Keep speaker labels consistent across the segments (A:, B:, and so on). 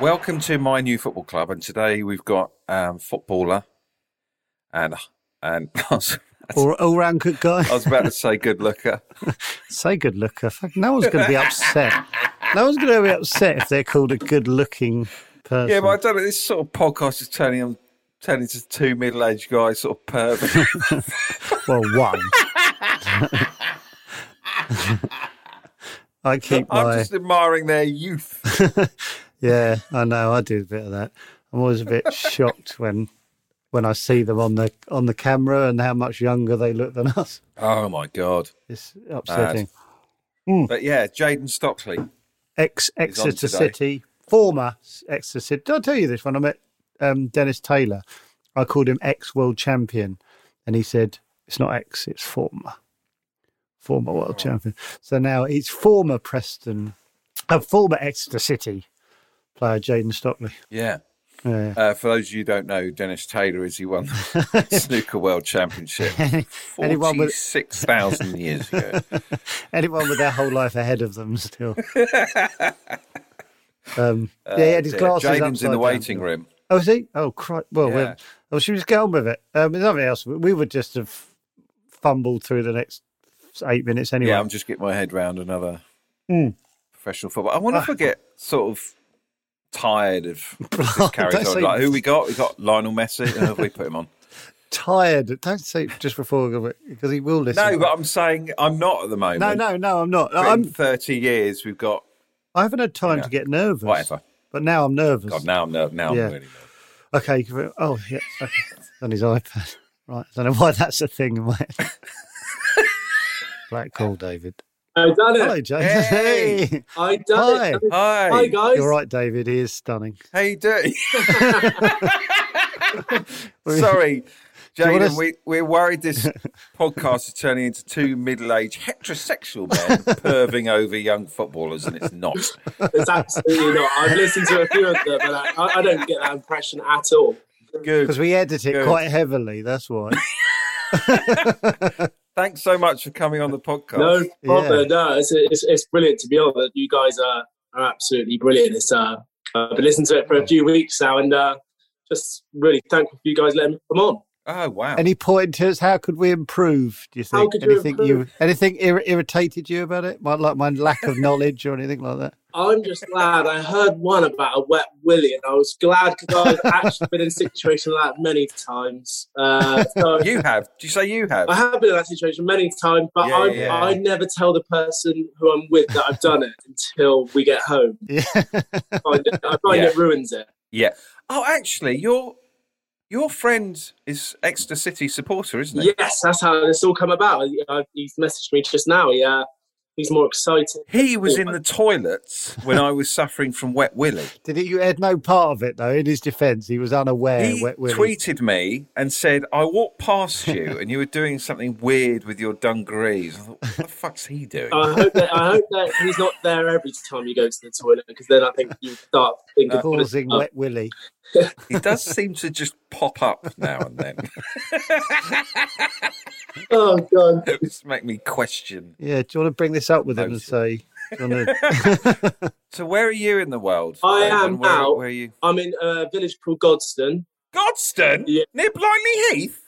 A: Welcome to my new football club, and today we've got um, footballer and and I was,
B: Or all round good guy.
A: I was about to say good looker.
B: Say good looker. Fuck, no one's going to be upset. No one's going to be upset if they're called a good looking person.
A: Yeah, but I don't know. This sort of podcast is turning on turning to two middle aged guys, sort of pervert.
B: well, one. I keep my.
A: I'm just admiring their youth.
B: Yeah, I know. I do a bit of that. I'm always a bit shocked when when I see them on the on the camera and how much younger they look than us.
A: Oh my god!
B: It's upsetting.
A: Hmm. But yeah, Jaden Stockley.
B: Ex
A: on
B: Exeter
A: today.
B: City, former Exeter City. Did I tell you this when I met um, Dennis Taylor? I called him ex world champion, and he said it's not ex, it's former, former world champion. So now he's former Preston, a former Exeter City player, Jaden Stockley.
A: Yeah.
B: Yeah.
A: Uh, for those of you who don't know, Dennis Taylor is he won the snooker world championship
B: Anyone with-
A: forty-six thousand years ago.
B: Anyone with their whole life ahead of them still. um, yeah, he had his
A: Yeah,
B: glasses
A: uh, Oh, Jaden's in the
B: upside
A: waiting
B: down.
A: room.
B: Oh, is he? Oh, Christ. Well, oh,
A: Yeah.
B: well, well, she was going with it. Um, there's nothing else. We would just have fumbled through the next eight minutes anyway. Hmm.
A: Yeah, I'm just getting my head round another professional football. I wonder
B: Ah.
A: if I get sort of tired of this
B: Don't
A: carries on.
B: say-
A: Like, who we got? We got Lionel Messi. Who have we put him on?
B: Tired. Don't say just before we go, because he will listen.
A: No, but I'm saying I'm not at the moment.
B: no, no, no, I'm not.
A: But in
B: I'm,
A: 30 years, we've got
B: I haven't had time to get nervous.
A: whatever.
B: But now I'm nervous.
A: God, now I'm ner- now
B: Yeah.
A: I'm really nervous.
B: Okay. give it- Oh, yeah. Okay. It's on his iPad. Right. I don't know why that's a thing. in my- Black call, David.
C: I done it.
B: Hello, James.
A: Hey.
B: Hey.
C: I done
B: Hi.
C: it.
A: Hi.
C: Hi guys.
B: You're right, David. He is stunning.
A: How you doing? Sorry,
B: you want
A: Jaden,
B: us-
A: we, we're worried this podcast is turning into two middle aged heterosexual men perving over young footballers, and it's not.
C: It's absolutely not. I've listened to a few of them, and I, I don't get that impression at all.
A: Good.
B: Because we edit it
A: Good.
B: quite heavily. That's why.
A: Thanks so much for coming on the podcast.
C: No problem.
B: Yeah.
C: No, it's, it's it's brilliant to be honest. You guys are, are absolutely brilliant. It's uh, I've been listening to it for a few weeks now, and uh, just really thankful for you guys letting me come on.
A: Oh, wow.
B: Any pointers? How could we improve? Do you
C: How
B: think
C: could you
B: anything
C: improve?
B: anything ir- irritated you about it? My, like my lack of knowledge or anything like that?
C: I'm just glad I heard one about a wet willy, and I was glad because I've actually been in a situation like that many times. Uh, so
A: You have. Do you say you
C: I
A: have?
C: have been in that situation many times, but
A: Yeah,
C: I,
A: yeah.
C: I never tell the person who I'm with that I've done it until we get home.
B: Yeah.
C: I find, it, I find
A: Yeah.
C: it ruins it.
A: Yeah. Oh, actually, your your friend is Exeter City supporter, isn't he?
C: Yes, that's how this all come about. Uh, He's messaged me just now. Yeah, he's more excited.
A: He was in the toilets when I was suffering from wet willy.
B: Did he? You had no part of it though. In his defence, he was unaware.
A: he
B: Wet Willy.
A: tweeted me and said, I walked past you and you were doing something weird with your dungarees. I thought, what the fuck's he doing?
C: I hope that I hope that he's not there every time you go to the toilet because then I think you start thinking.
B: causing
C: Uh,
B: Wet Willy.
A: he does seem to just pop up now and then.
C: Oh god!
A: It's make me question.
B: Yeah. Do you want to bring this up with him and say? Do you want to,
A: So where are you in the world?
C: I
A: Dave,
C: am
A: and where,
C: now-
A: Where are you?
C: I'm in a village called Godstone.
A: Godston?
C: Yeah.
A: Near Blindley Heath?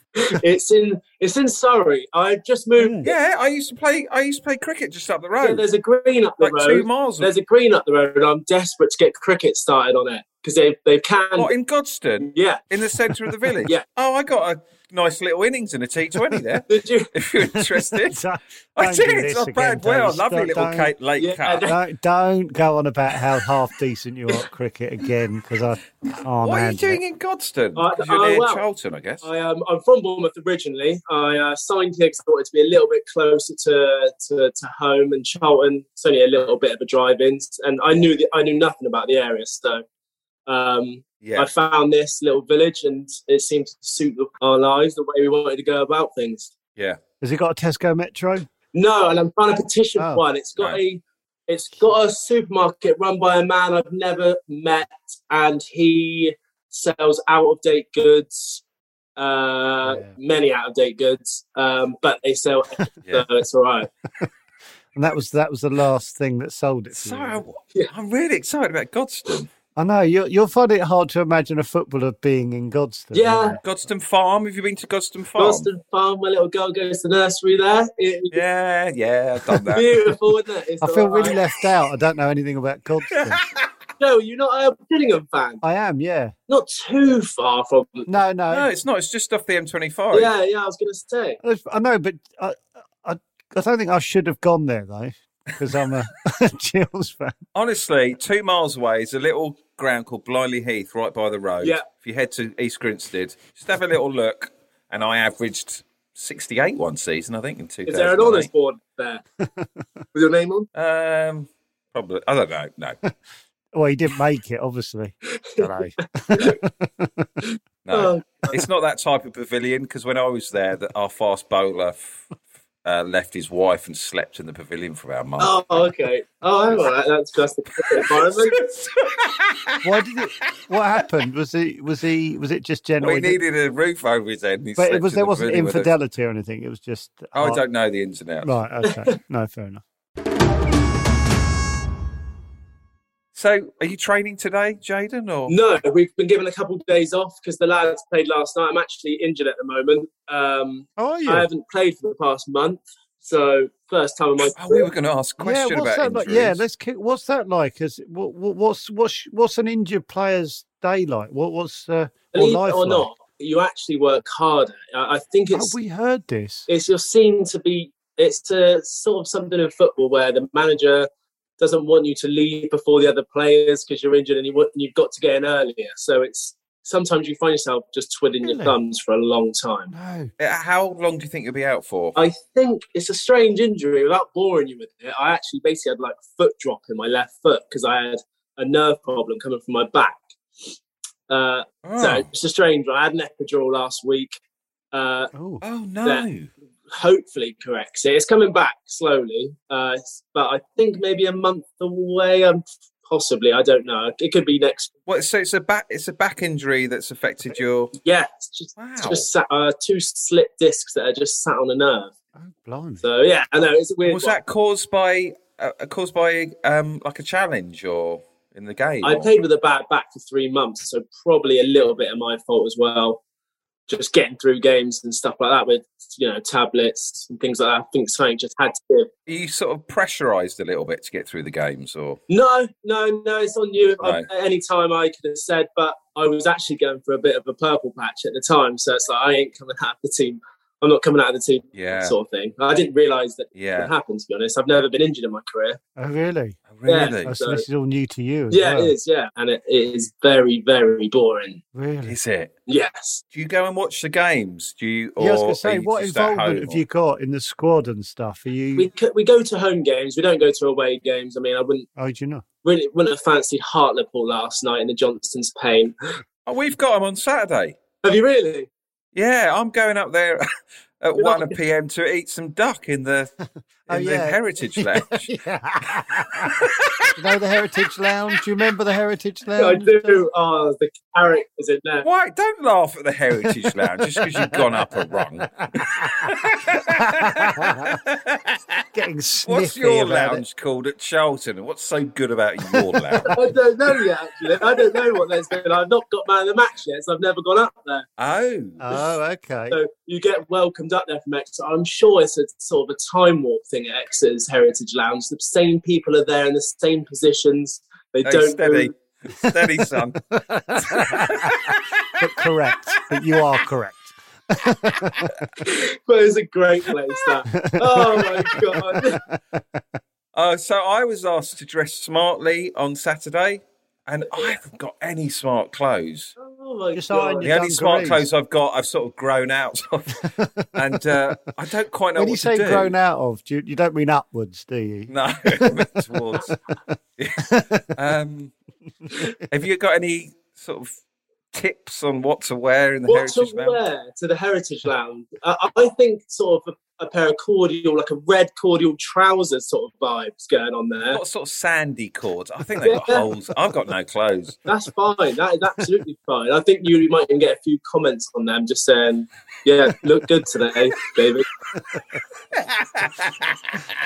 C: It's in it's in Surrey. I've just moved.
A: Yeah, I used to play. I used to play cricket just up the
C: Yeah,
A: road,
C: there's a green up the
A: like two
C: road.
A: miles.
C: There's a green up the road, and I'm desperate to get cricket started on it because they they've canned.
A: what in Godston,
C: Yeah.
A: in the centre of the village?
C: Yeah.
A: Oh, I got a nice little innings in a T20 there.
C: Did you?
A: if you're interested,
B: Don't-
A: I
B: don't do
A: did.
B: this
A: I
B: again,
A: played
B: Dave.
A: well.
B: Stop-
A: Lovely little
B: don't-
A: Kate late
C: Yeah, uh,
A: cut.
B: Don't,
C: don't-
B: don't go on about how half decent you are at cricket again because I can't
A: What are you
B: handle it.
A: doing in Godston?
C: Uh,
A: Because you're
C: uh,
A: near
C: well,
A: Charlton, I guess.
C: I, um, I'm from Bournemouth originally. I uh, signed here because I wanted to be a little bit closer to, to, to home and Charlton. It's only a little bit of a drive in, and I knew the, I knew nothing about the area, so um,
A: yeah.
C: I found this little village, and it seemed to suit our lives the way we wanted to go about things.
A: yeah.
B: Has he got a Tesco Metro?
C: No, and I'm trying to petition
B: Oh.
C: one. It's got
A: No.
C: a it's got a supermarket run by a man I've never met, and he sells out of date goods, uh,
B: Yeah.
C: many out of date goods, um, but they sell it,
A: Yeah.
C: so it's all right.
B: And that was that was the last thing that sold it. to
A: So
B: you.
A: I- I'm really excited about Godston.
B: I know you, you'll find it hard to imagine a footballer being in Godstone.
C: Yeah.
B: won't
A: Godston Farm. Have you been to Godston Farm?
C: Boston Farm, my little girl goes to nursery there. It,
A: Yeah, yeah, I've done that.
C: beautiful, isn't it? It's
B: it? I feel
C: all
B: really
C: right.
B: left out. I don't know anything about Godstone.
C: No, you're not a Gillingham fan.
B: I am, yeah.
C: Not too far from.
B: No, no.
A: no, it's not. It's just off the M25.
C: Yeah, yeah, I was going to say.
B: It's- I know, but I, I, I don't think I should have gone there though, because I'm a Chills fan.
A: Honestly, two miles away is a little ground called Bliley Heath right by the road.
C: Yeah.
A: If you head to East Grinstead, just have a little look. And I averaged 68 one season, I think, in 2008.
C: Is there an honours board there with your name on?
A: Um, probably. I don't know. No.
B: Well, he didn't make it, obviously.
A: Dunno. no.
C: Oh,
A: it's not that type of pavilion because when I was there, that our fast bowler f- uh, left his wife and slept in the pavilion for about a month.
C: oh, okay. Oh, all right. That's just the environment.
B: Why did it? What happened? Was he? Was he? Was it just
A: Well,
B: general?
A: he needed a roof over his head. And he
B: but
A: slept
B: it was
A: in
B: there
A: the
B: wasn't
A: pavilion with us.
B: infidelity or anything. It was just.
A: Oh, I don't know the ins and outs.
B: Right. Okay. No, fair enough.
A: So, are you training today, Jaden? Or
C: No, we've been given a couple of days off because the lads played last night. I'm actually injured at the moment. Um,
B: Oh,
C: I haven't played for the past month, so first time in my
A: oh, we
C: career.
A: were going to ask a question
B: yeah, what's
A: about
B: that
A: injuries.
B: like? Yeah, let's kick. What's that like? Is what, what, what's what's what's an injured player's day like? What what's uh, or
C: Believe
B: life
C: it or
B: like?
C: not, you actually work harder. I I think
B: Have
C: it's
B: we heard this?
C: it's you're seen to be it's uh sort of something in football where the manager doesn't want you to leave before the other players because you're injured and you want, you've got to get in earlier. So it's sometimes you find yourself just twiddling
B: Really?
C: your thumbs for a long time.
B: No.
A: Uh, How long do you think you'll be out for?
C: I think it's a strange injury. Without boring you with it, I actually basically had like foot drop in my left foot because I had a nerve problem coming from my back. Uh, So
A: oh.
C: it's a strange one. I had an epidural last week. Uh,
B: Oh.
A: Oh, no!
C: hopefully corrects it. It's coming back slowly, uh, it's- but I think maybe a month away. Um, possibly, I don't know. It could be next.
A: What? So it's a back. It's a back injury that's affected your.
C: Yeah, it's just,
A: Wow.
C: it's just sat, uh, two slit discs that are just sat on a nerve.
B: Oh, blimey.
C: So yeah, I know it's a weird.
A: was
C: one.
A: that caused by uh, caused by um like a challenge or in the game?
C: I
A: or-
C: played with a bad back for three months, so probably a little bit of my fault as well. Just getting through games and stuff like that with you know tablets and things like that. I think something just had to give.
A: Are you sort of pressurized a little bit to get through the games, or
C: No, no, no, it's on you. I-
A: Right.
C: At any time I could have said, but I was actually going for a bit of a purple patch at the time. So it's like, I ain't coming out of the team. I'm not coming out of the team,
A: yeah,
C: sort of thing. I didn't realise that it
A: yeah,
C: happened, to be honest. I've never been injured in my career.
B: Oh, really?
A: really?
B: Oh,
C: Yeah.
B: so
C: So-
B: this is all new to you. as
C: Yeah,
B: well.
C: it is, yeah. And it, it is very, very boring.
B: Really?
A: Is it?
C: Yes.
A: Do you go and watch the games? Do you? Or
B: yeah, I was going
A: are
B: to say,
A: you
B: what
A: just at
B: involvement
A: home
B: have you got in the squad and stuff? Are you?
C: We, co- we go to home games. We don't go to away games. I mean, I wouldn't
B: oh, do you know?
C: really wouldn't have fancied Hartlepool last night in the Johnston's pain.
A: or- Oh, we've got them on Saturday.
C: Have you really?
A: Yeah, I'm going up there at
C: You're not-
A: one p.m. to eat some duck in the in
B: Oh,
A: the
B: yeah.
A: Heritage Lounge.
B: yeah. you know the Heritage Lounge. Do you remember the Heritage Lounge?
C: I do. Oh, the characters in there.
A: Why? Don't laugh at the Heritage Lounge just because you've gone up a rung.
B: Getting sniffy
A: What's your
B: about
A: lounge called at Charlton? And what's so good about your lounge?
C: I don't know yet, actually. I don't know what there's been. I've not got man of the match yet, so I've never gone up there.
A: oh,
B: It. Oh, okay.
C: So you get welcomed up there from Exeter. I'm sure it's a sort of a time warp thing at Exeter's Heritage Lounge. The same people are there in the same positions. They
A: no,
C: don't
A: steady,
C: move.
A: steady, son.
B: but correct. But you are correct.
C: But it's a great place, that. oh, my God.
A: Uh, so I was asked to dress smartly on Saturday, and I haven't got any smart clothes.
C: Oh, my
B: Just
C: God.
B: iron
A: The
B: your
A: only smart
B: dungarees.
A: clothes I've got, I've sort of grown out of, and uh, I don't quite know
B: When
A: what
B: you say
A: to do.
B: grown out of, do you, you don't mean upwards, do you?
A: No, towards. um, have you got any sort of tips on what to wear in the
C: What to
A: Heritage Lounge?
C: wear to the Heritage Lounge? I, I think sort of a, a pair of cordial, like a red cordial trousers sort of vibes going on there.
A: What sort of sandy cords? I think they've got holes. I've got no clothes.
C: That's fine. That is absolutely fine. I think you might even get a few comments on them just saying, yeah, look good today, David.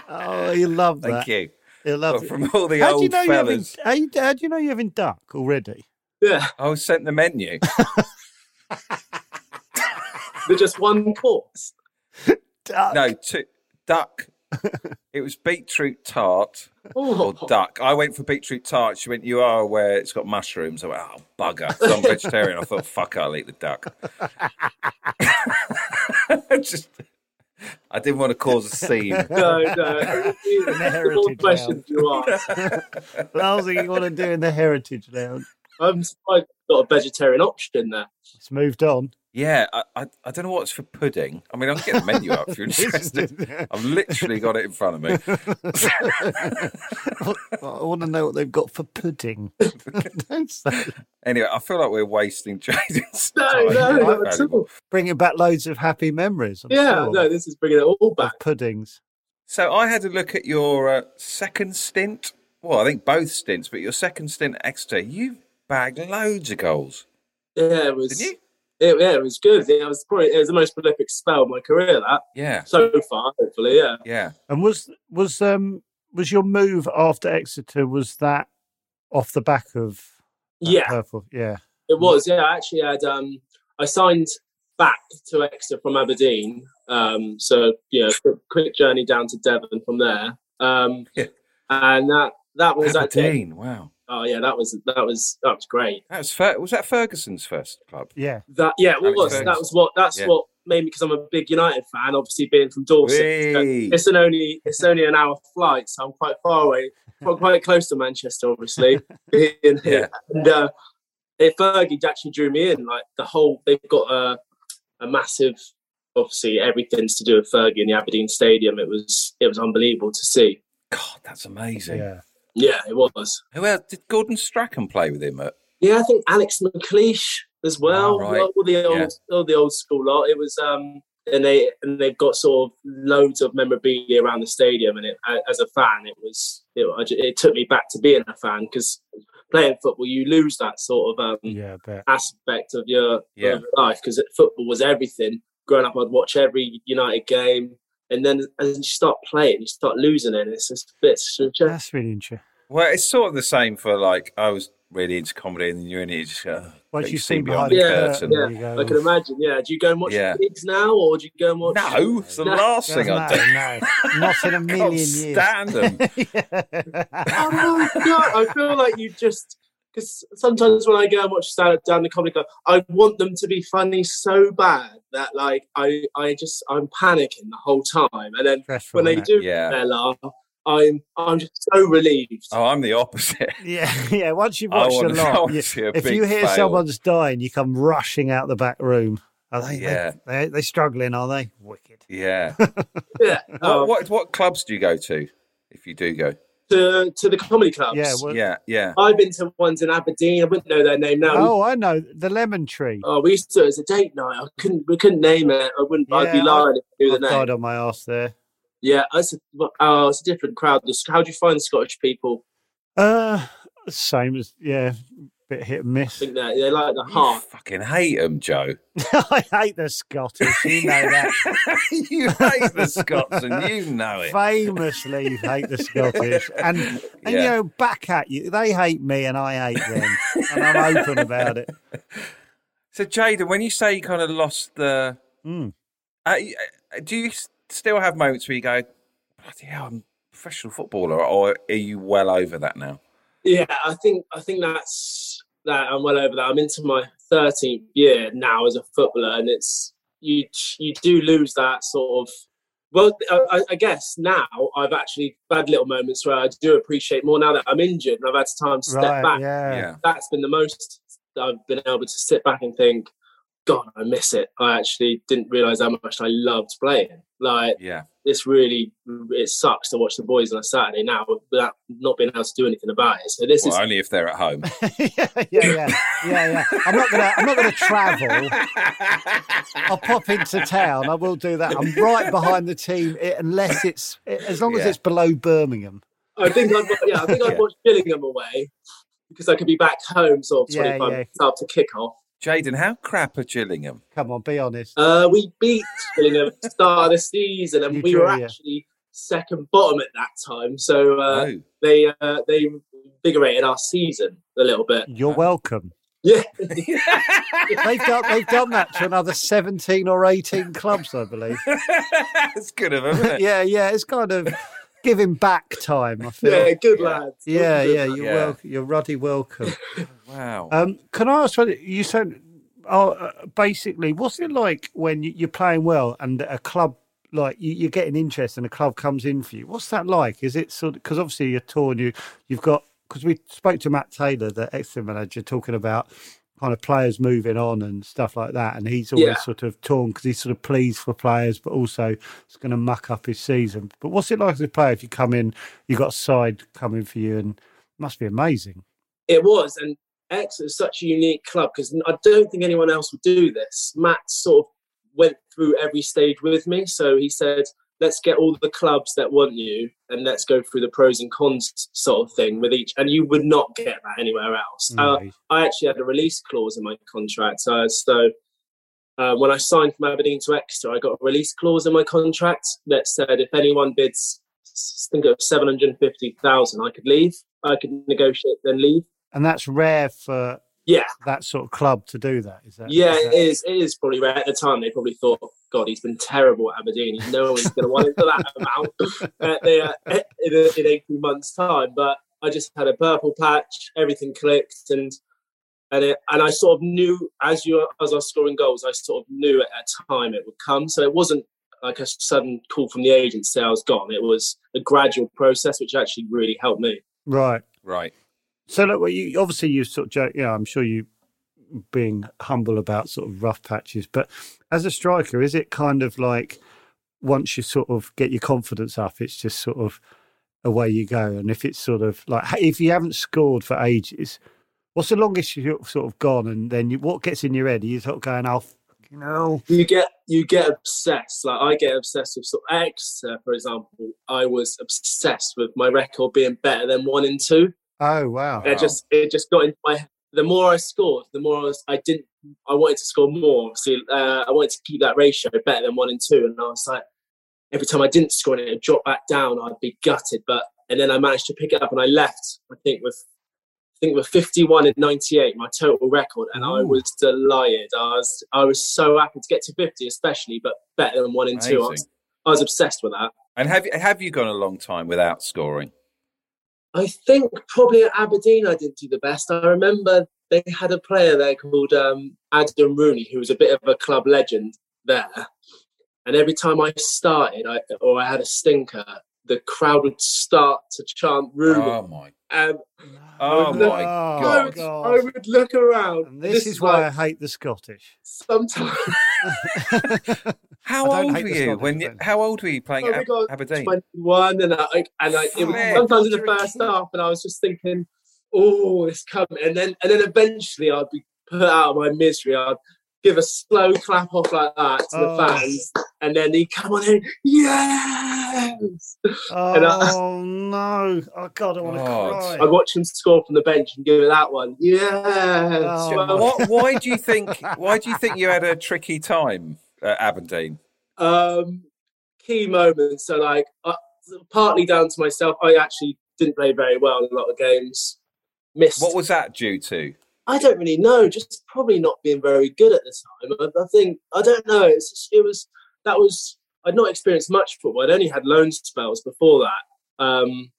B: Oh, you love that.
A: Thank you.
B: He'll love it.
A: from all the
B: How do
A: old
B: you know you haven't?
A: fellas.
B: How, you- how do you know you haven't duck already?
C: Yeah,
A: I was sent the menu.
C: they're just one course.
B: Duck.
A: no, two, duck. It was beetroot tart
C: Oh,
A: or duck. I went for beetroot tart. She went, "You are aware it's got mushrooms." I went, "Oh bugger!" 'Cause I'm vegetarian. I thought, "Fuck, it, I'll eat the duck." Just, I didn't want to cause a scene.
C: no, no. All
B: heritage
C: questions you ask.
B: Lousy, you want to do in the heritage now?
C: I'm surprised it's not a vegetarian option there.
B: It's moved on.
A: Yeah, I, I, I don't know what's for pudding. I mean, I'll get the menu up if you're interested. I've literally got it in front of me.
B: What- I want to know what they've got for pudding. Don't say.
A: Anyway, I feel like we're wasting Jason's
C: No,
A: time.
C: no,
A: Like,
C: not at all.
A: valuable.
B: Bringing back loads of happy memories. I'm
C: Yeah,
B: sure,
C: no, this is bringing it all
B: of
C: back.
B: puddings.
A: So I had a look at your uh, second stint. Well, I think both stints, but your second stint at Exeter, you bagged loads of goals,
C: Yeah, it was.
A: didn't you?
C: It, yeah, it was good. It was probably it was the most prolific spell of my career. That
A: Yeah,
C: so far, hopefully, yeah.
A: yeah.
B: And was was um was your move after Exeter? Was that off the back of? that
C: Yeah,
B: Purple. Yeah.
C: It was, yeah. I actually had um, I signed back to Exeter from Aberdeen, um, so yeah, quick, quick journey down to Devon from there, um,
A: Yeah.
C: and that that was actually
A: Aberdeen, wow.
C: oh yeah, that was that was that was great.
A: That was, Fer- was that Ferguson's first club?
B: Yeah.
C: That yeah,
A: That
C: it
A: was
C: was
A: very-
C: that was what that's
A: yeah.
C: what made me because I'm a big United fan. Obviously, being from Dorset,
A: Whee!
C: it's an only it's only an hour flight, so I'm quite far away, quite, quite close to Manchester, obviously. Being here. And uh, it, Fergie actually drew me in. Like the whole, they've got a, a massive. Obviously, everything's to do with Fergie in the Aberdeen Stadium. It was it was unbelievable to see.
A: God, that's amazing.
B: Yeah.
C: Yeah, it was.
A: Who else? Did Gordon Strachan play with him at
C: Yeah, I think Alex McLeish as well.
A: Ah, right.
C: All the old,
A: Yeah.
C: all the old school lot. It was, um, and they and they've got sort of loads of memorabilia around the stadium. And it, a- as a fan, it was it, I ju- it took me back to being a fan because playing football, you lose that sort of um,
A: Mm.
B: Yeah. I bet.
C: aspect of your,
A: Yeah.
C: of your life because football was everything. Growing up, I'd watch every United game. And then as you start playing, you start losing it. It's just a bit. It's just,
B: That's really interesting.
A: Well, it's sort of the same for like I was really into comedy, and then you're in it. You just go,
B: Once
A: "Don't
B: you
A: see
B: see
A: beyond
B: behind
A: the
B: the
C: Yeah,
A: curtain.
C: yeah.
B: you go,
C: I can imagine. Yeah. Do you go and watch
A: Yeah.
C: the leagues now, or do you go and watch?
A: No, it's the
C: No.
A: last thing
B: no,
A: I do.
B: no, not in a million
A: Can't
B: years.
A: stand them.
C: oh my god! I feel like you just because sometimes when I go and watch stand up down the comedy club, I want them to be funny so bad that like I I just I'm panicking the whole time, and then
B: Stressful,
C: when they
B: innit?
C: do
A: Yeah.
C: their laugh, I'm I'm just so relieved.
A: Oh, I'm the opposite.
B: Yeah, yeah. Once you've
A: I
B: watched
A: want
B: a
A: to, I
B: lot,
A: want
B: you,
A: to see a
B: if
A: big
B: you hear
A: fail.
B: someone's dying, you come rushing out the back room. Are they?
A: Oh, Yeah.
B: They, they, they struggling, are they? Wicked.
A: yeah.
C: Yeah, oh,
A: What, what what clubs do you go to if you do go?
C: Uh, to to the comedy clubs.
B: Yeah. Well,
A: Yeah, yeah.
C: I've been to ones in Aberdeen. I wouldn't know their name now.
B: Oh, I know the lemon tree.
C: Oh, we used to it as a date night. I couldn't, we couldn't name it. I wouldn't. I'd be
B: Yeah,
C: lying if I knew
B: I've
C: the name.
B: died on my ass there.
C: Yeah, that's a, oh, it's a different crowd. The- How do you find the Scottish people?
B: Uh, same as yeah, bit hit and
C: I
B: miss.
C: think they they like the
A: You
C: heart.
A: fucking hate them, Joe.
B: I hate the Scottish. You know that.
A: you hate the Scots, and you know it.
B: Famously hate the Scottish, and and you
A: Yeah.
B: know back at you. They hate me, and I hate them, and I'm open about it.
A: So, Jaden, when you say you kind of lost the,
B: Mm.
A: uh, y- uh, do you s- still have moments where you go, "Bloody hell, I'm a professional footballer," or are you well over that now?
C: Yeah, I think I think that's that. I'm well over that. I'm into my 13th year now as a footballer, and it's you you do lose that sort of. Well, I, I- I guess now I've actually had little moments where I do appreciate more now that I'm injured and I've had time to step
B: Right?
C: back.
B: yeah.
A: Yeah,
C: that's been the most that I've been able to sit back and think, God, I miss it. I actually didn't realize how much I loved playing. Like
A: yeah,
C: this really, it sucks to watch the boys on a Saturday now without not being able to do anything about it. So this
A: well,
C: is
A: only if they're at home.
B: yeah, yeah, yeah, yeah, yeah. I'm not gonna, I'm not gonna travel. I'll pop into town. I will do that. I'm right behind the team, i unless it's as long as
A: Yeah.
B: it's below Birmingham.
C: I think I'd, yeah, I think I'd
A: Yeah.
C: watch Gillingham away because I could be back home sort of
B: Yeah,
C: 25
B: yeah.
C: minutes after kickoff.
A: Jaden, how crap are Gillingham?
B: Come on, be honest.
C: Uh, we beat Gillingham at the start of the season and
B: You
C: we were
B: drew, yeah.
C: actually second bottom at that time, so uh,
A: Oh,
C: they uh, they invigorated our season a little bit.
B: You're welcome.
C: Yeah,
B: They've done, they've done that to another 17 or 18 clubs, I believe.
A: that's good of them, isn't it?
B: Yeah, yeah. It's kind of giving back time, I feel.
C: yeah, good
A: Yeah.
C: lads.
B: Yeah,
C: Good
B: yeah,
C: lads.
B: you're
A: Yeah.
B: welcome. You're ruddy welcome.
A: Wow.
B: Um, can I ask whether you said, oh, uh, basically, what's it like when you, you're playing well and a club like you, you're getting interest and a club comes in for you? What's that like? Is it sort of because obviously you're torn. You you've got because we spoke to Matt Taylor, the ex manager, talking about kind of players moving on and stuff like that, and he's always
C: Yeah.
B: sort of torn because he's sort of pleased for players, but also it's going to muck up his season. But what's it like as a player if you come in, you got a side coming for you, and must be amazing.
C: It was, and X is such a unique club because I don't think anyone else would do this. Matt sort of went through every stage with me, so he said, "Let's get all the clubs that want you, and let's go through the pros and cons sort of thing with each." And you would not get that anywhere else. Uh,
B: Nice.
C: I actually had a release clause in my contract, uh, so. Uh, when I signed from Aberdeen to Exeter, I got a release clause in my contract that said if anyone bids, I think it was seven hundred fifty thousand, I could leave. I could negotiate then leave.
B: And that's rare for
C: Yeah,
B: that sort of club to do that, is that?
C: yeah,
B: is
C: it
B: that-
C: is. It is probably rare at the time. They probably thought, "God, he's been terrible at Aberdeen. No one's going to want him for that amount uh, they, uh, in, a, in eighteen months' time." But I just had a purple patch. Everything clicked, and and it, and I sort of knew as you as I was scoring goals, I sort of knew at a time it would come. So it wasn't like a sudden call from the agency. I was gone. It was a gradual process, which actually really helped me.
B: Right.
A: Right.
B: So, look, well, you, obviously, you sort of joke, yeah, I'm sure you being humble about sort of rough patches, but as a striker, is it kind of like once you sort of get your confidence up, it's just sort of away you go? And if it's sort of like, if you haven't scored for ages, what's the longest you've sort of gone? And then you, what gets in your head? Are you sort of going, oh, you know,
C: you get you get obsessed. Like I get obsessed with sort of Exeter, for example. I was obsessed with my record being better than one and two.
B: oh, wow.
A: Yeah.
C: It just it just got into my head. The more I scored, the more I, was, I didn't. I wanted to score more. See, uh, I wanted to keep that ratio better than one and two. And I was like, every time I didn't score and it would drop back down, I'd be gutted. But and then I managed to pick it up and I left. I think with I think with 51 and 98, my total record, and I
B: Ooh.
C: was delighted. I was I was so happy to get to 50, especially, but better than one and two. I was,
A: Amazing.
C: I was obsessed with that.
A: And have you have you gone a long time without scoring?
C: I think probably at Aberdeen I didn't do the best. I remember they had a player there called um, Adam Rooney, who was a bit of a club legend there. And every time I started I, or I had a stinker, the crowd would start to chant Rooney.
A: Oh my!
C: And
A: Oh
C: No.
A: my!
C: I
A: God.
C: would, I would look around.
B: Oh, And this, is
C: like,
B: why I hate the Scottish. uh,
C: sometimes
A: How
B: I don't
A: old
B: hate
A: were
B: the
A: you
B: Scottish
A: when? You,
B: then.
A: how old were you playing
C: Oh
A: at
C: my God,
A: Aberdeen?
C: 21 and I, and I it was
A: Flip.
C: sometimes in the
A: You're a
C: first
A: king.
C: half and I was just thinking oh it's coming and then and then eventually I'd be put out of my misery I'd give a slow clap off like that to
B: Oh.
C: the fans and then he'd come on in yes I-
B: Oh no! Oh god, I want to
A: God.
B: cry.
C: I'd watch him score from the bench and give it that one yes
B: Oh.
C: Well,
A: What, why do you think? Why do you think you had a tricky time at Aberdeen?
C: um, key moments are like uh, partly down to myself I actually didn't play very well in a lot of games missed
A: What was that due to?
C: I don't really know. Just probably not being very good at the time. I, I think I don't know. It's just- it was that was I'd not experienced much football. I'd only had loan spells before that. Um,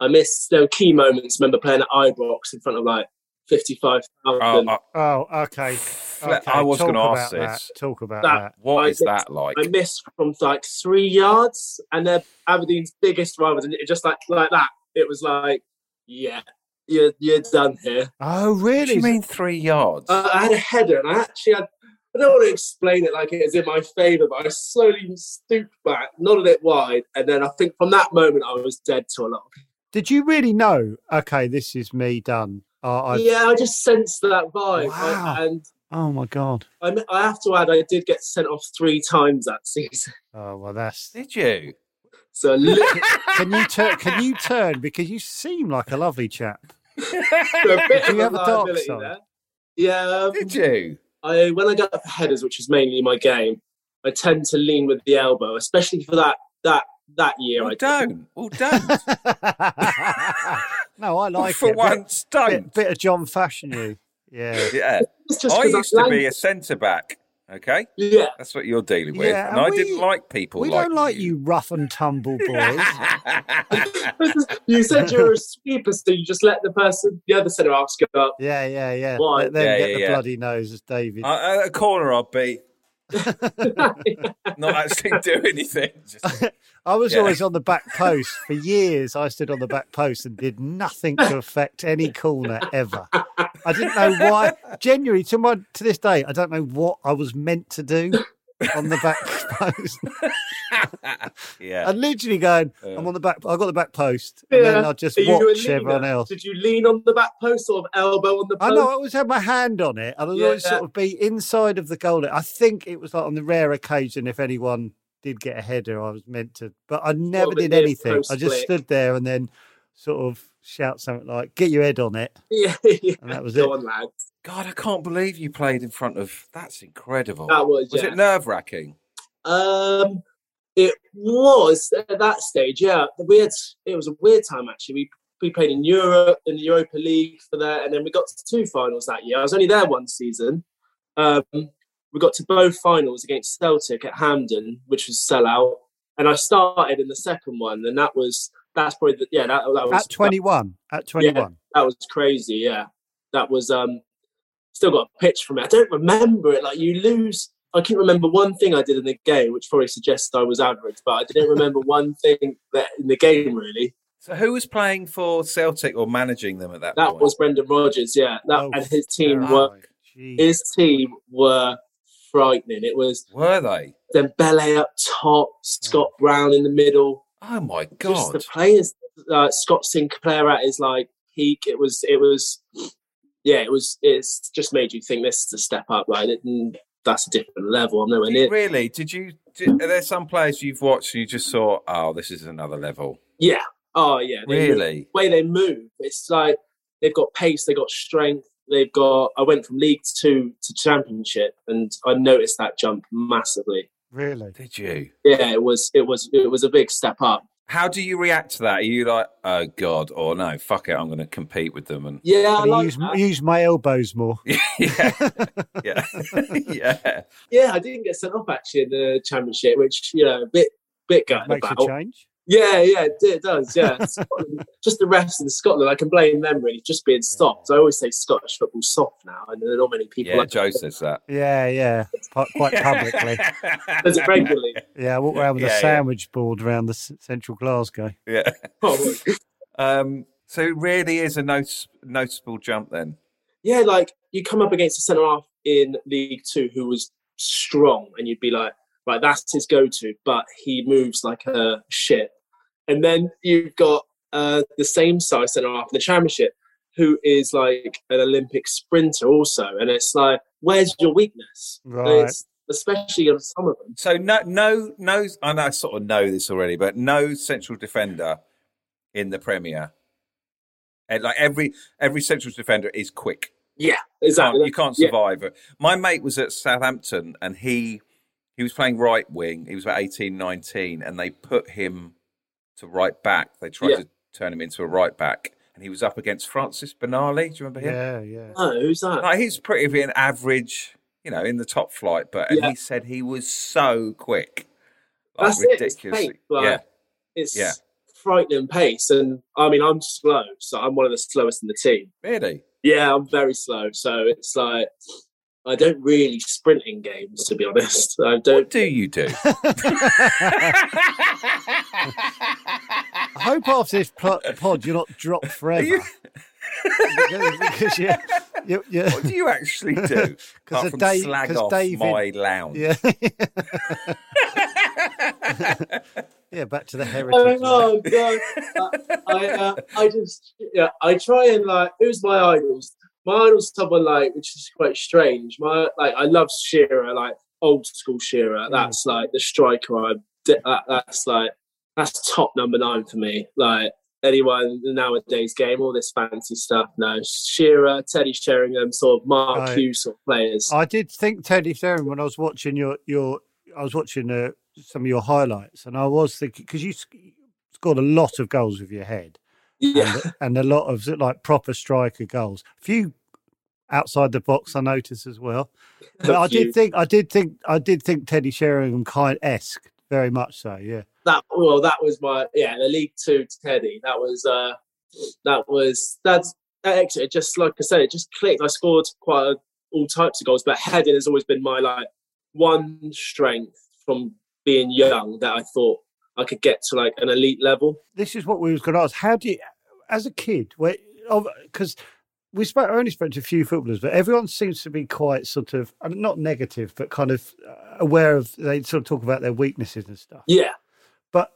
C: I missed there were key moments. Remember playing at Ibrox in front of like fifty-five
A: Oh,
C: thousand.
A: I,
B: Oh, okay. okay.
A: I was
B: Talk
A: going to ask
B: about
A: this.
B: That. Talk about
C: That-
B: that.
A: What
C: I
A: is
C: think-
A: that like?
C: I missed from like three yards, and they're Aberdeen's biggest rivals, and it just like like that. It was like, yeah, you're you're done here.
B: Oh,
A: What do
B: really?
A: you mean three yards?
C: uh, I had a header, and I actually had. I don't want to explain it like it is in my favour, but I slowly stooped back, nodded it wide, and then I think from that moment I was dead to a lot.
B: Did you really know? Okay, this is me done. Oh, I,
C: yeah, I just sensed that vibe,
B: Wow.
C: I, and
B: oh my god.
C: I, m- I have to add, I did get sent off three times that season.
B: Oh well, that's.
A: Did you?
C: So li-
B: Can you turn? Can you turn? Because you seem like a lovely chap.
C: a bit
B: Do
C: of
B: you
C: a
B: have a dark
C: liability
B: side?
C: there. Yeah, um,
A: Did you?
C: I when I go up for headers, which is mainly my game, I tend to lean with the elbow, especially for that that that year.
A: Well,
C: I
A: Oh, don't. Well, don't.
B: no, I like
A: For
B: it.
A: once,
B: bit,
A: don't.
B: bit, bit of John fashion you. Yeah.
A: Yeah.
C: It's just
A: I
C: 'cause
A: used to be
C: language-
A: a centre back. Okay,
C: Yeah,
A: that's what you're dealing with,
B: Yeah,
A: and I
B: we-
A: didn't like people.
B: We
A: like
B: don't like you rough and tumble boys.
C: you said you're a sweeper, so you just let the person, the other centre half go up.
B: Yeah, yeah, yeah.
C: Why?
B: Let them
A: Yeah,
B: get
A: yeah,
B: the
A: yeah. Uh,
B: bloody nose as David.
A: I, at a corner, I'd be not actually do anything. Just,
B: I was
A: Yeah.
B: always on the back post for years. I stood on the back post and did nothing to affect any corner ever. I didn't know why. Genuinely, to my to this day, I don't know what I was meant to do on the back post.
A: "Ah, yeah, Um,
B: I'm literally going.
A: Yeah.
B: I'm on the back. I got the back post, and then
C: Yeah.
B: I just
C: Are you a
B: watch
C: leaner?
B: everyone else.
C: Did you lean on the back post, sort of elbow on the
B: I
C: post?
B: know I always had my hand on it, and I'd
C: Yeah.
B: always sort of be inside of the goal. I think it was like on the rare occasion if anyone did get a header, I was meant to, but I never
C: bit
B: did
C: near
B: anything.
C: post
B: I just
C: flick.
B: stood there and then sort of shout something like "Get your head on it,"
C: Yeah, yeah.
B: and that was it.
C: Go on, lad.
A: God, I can't believe you played in front of. That's incredible.
C: That was,
A: was
C: yeah.
A: it nerve wracking?
C: Um, it was at that stage, yeah. The weird, it was a weird time actually. We we played in Europe in the Europa League for that, and then we got to two finals that year. I was only there one season. Um, we got to both finals against Celtic at Hampden, which was sellout, and I started in the second one, and that was that's probably the, yeah that, that was
B: At 21, at 21,
C: that was crazy. Yeah, that was um still got a pitch from it. I don't remember it. Like you lose. I can not remember one thing I did in the game, which probably suggests I was average, but I didn't remember one thing that in the game really.
A: So, who was playing for Celtic or managing them at that?
C: That
A: point?
C: was Brendan Rodgers. Yeah, that
B: Oh,
C: and his team
A: fuck.
C: were
B: Jeez.
C: his team were frightening. It was
A: were they?
C: Dembele up top, Scott Brown in the middle.
A: Oh my
C: Just the
A: god!
C: players, uh, Scott Sinclair at his like peak. It was, it was, yeah, it was. It's just made you think this is a step up. Like it, mm, that's a different level. I'm nowhere
A: Did you
C: near.
A: really? Did you? Did, are there some players you've watched and you just saw? Oh, this is another level.
C: Yeah. Oh yeah. They-
A: Really?
C: The way they move, it's like they've got pace, they've got strength, they've got. I went from League Two to Championship, and I noticed that jump massively.
B: really?
A: Did you?
C: Yeah, it was, it was, it was a big step up.
A: How do you react to that? Are you like, oh god, or no, fuck it, I'm going to compete with them and
C: Yeah, I
B: Gonna
C: like
B: use,
C: that.
B: use my elbows more.
A: yeah, yeah, yeah.
C: Yeah, I didn't get sent off actually in the championship, which you know, a bit bit gutted
B: Makes
C: about.
B: a change.
C: Yeah, yeah, it, it does. Yeah, Scotland- just the refs in Scotland, I can blame them really just being soft. I always say Scottish football soft now, and there are not many people.
A: Yeah,
C: like
A: Joe says that
B: Yeah, yeah, quite, quite publicly.
C: There's it regularly.
B: Yeah, I walk around with
A: Yeah, yeah.
B: a sandwich board around the s- central Glasgow.
A: yeah.
C: Oh,
A: Um, so it really is a notice, noticeable jump then.
C: yeah, like you come up against a centre half in League Two who was strong, and you'd be like, right, that's his go-to, but he moves like a shit. And then you've got uh, the same size centre half in the Championship who is like an Olympic sprinter also, and it's like, where's your weakness? And
B: Right.
C: it's- especially on some of them.
A: So no, no, no. I know, I sort of know this already, but no central defender in the Premier. And like every every central defender is quick.
C: Yeah,
A: can't-
C: exactly.
A: you can't survive it. My mate was at Southampton and he he was playing right wing. He was about 18, 19, and they put him to right back. They tried
C: Yeah.
A: to turn him into a right back, and he was up against Francis Benali. Do you remember him?
B: Yeah, yeah.
C: No, who's that?
A: Like, he's pretty of an average, you know, in the top flight, but and
C: Yeah.
A: he said he was so quick.
C: That's it, it's fake, like-
A: yeah.
C: It's
A: yeah.
C: frightening pace, and I mean, I'm slow, so I'm one of the slowest in the team.
A: Really?
C: Yeah, I'm very slow, so it's like I don't really sprint in games, to be honest. I
A: What
C: don't.
A: do you do?
B: I hope after this pl- pod you're not dropped forever.
A: you-
B: because because you, you, you,
A: What do you actually do?
B: 'Cause
A: Apart
B: of
A: from
B: Dave-
A: slag
B: 'cause
A: off
B: David-
A: my lounge.
B: yeah. yeah, back to the heritage.
C: Oh no, no. I, I, uh, I just yeah, I try and like who's my idols? My idol's someone like which is quite strange. My like I love Shearer, like old school Shearer. That's like the striker. I that, that's like that's top number nine for me. Like anyone nowadays game, all this fancy stuff. No, Shearer, Teddy Sheringham, sort of Mark
B: Right.
C: Hughes sort of players.
B: I did think Teddy Sheringham when I was watching your your I was watching a, some of your highlights, and I was thinking because you sc- scored a lot of goals with your head, Um,
C: Yeah,
B: and a lot of like proper striker goals. A few outside the box, I noticed as well. But I did
C: Cute.
B: think, I did think, I did think Teddy Sheringham kind esque, very much so. Yeah,
C: that well, that was my yeah, the League Two Teddy. That was uh, that was that's that actually it just like I said, it just clicked. I scored quite a, all types of goals, but heading has always been my like one strength from being young that I thought I could get to like an elite level.
B: this is what we was going to ask. How do you, as a kid, where because we spoke, I only spoke to a few footballers, but everyone seems to be quite sort of uh, not negative, but kind of uh, aware of. They sort of talk about their weaknesses and stuff.
C: Yeah,
B: But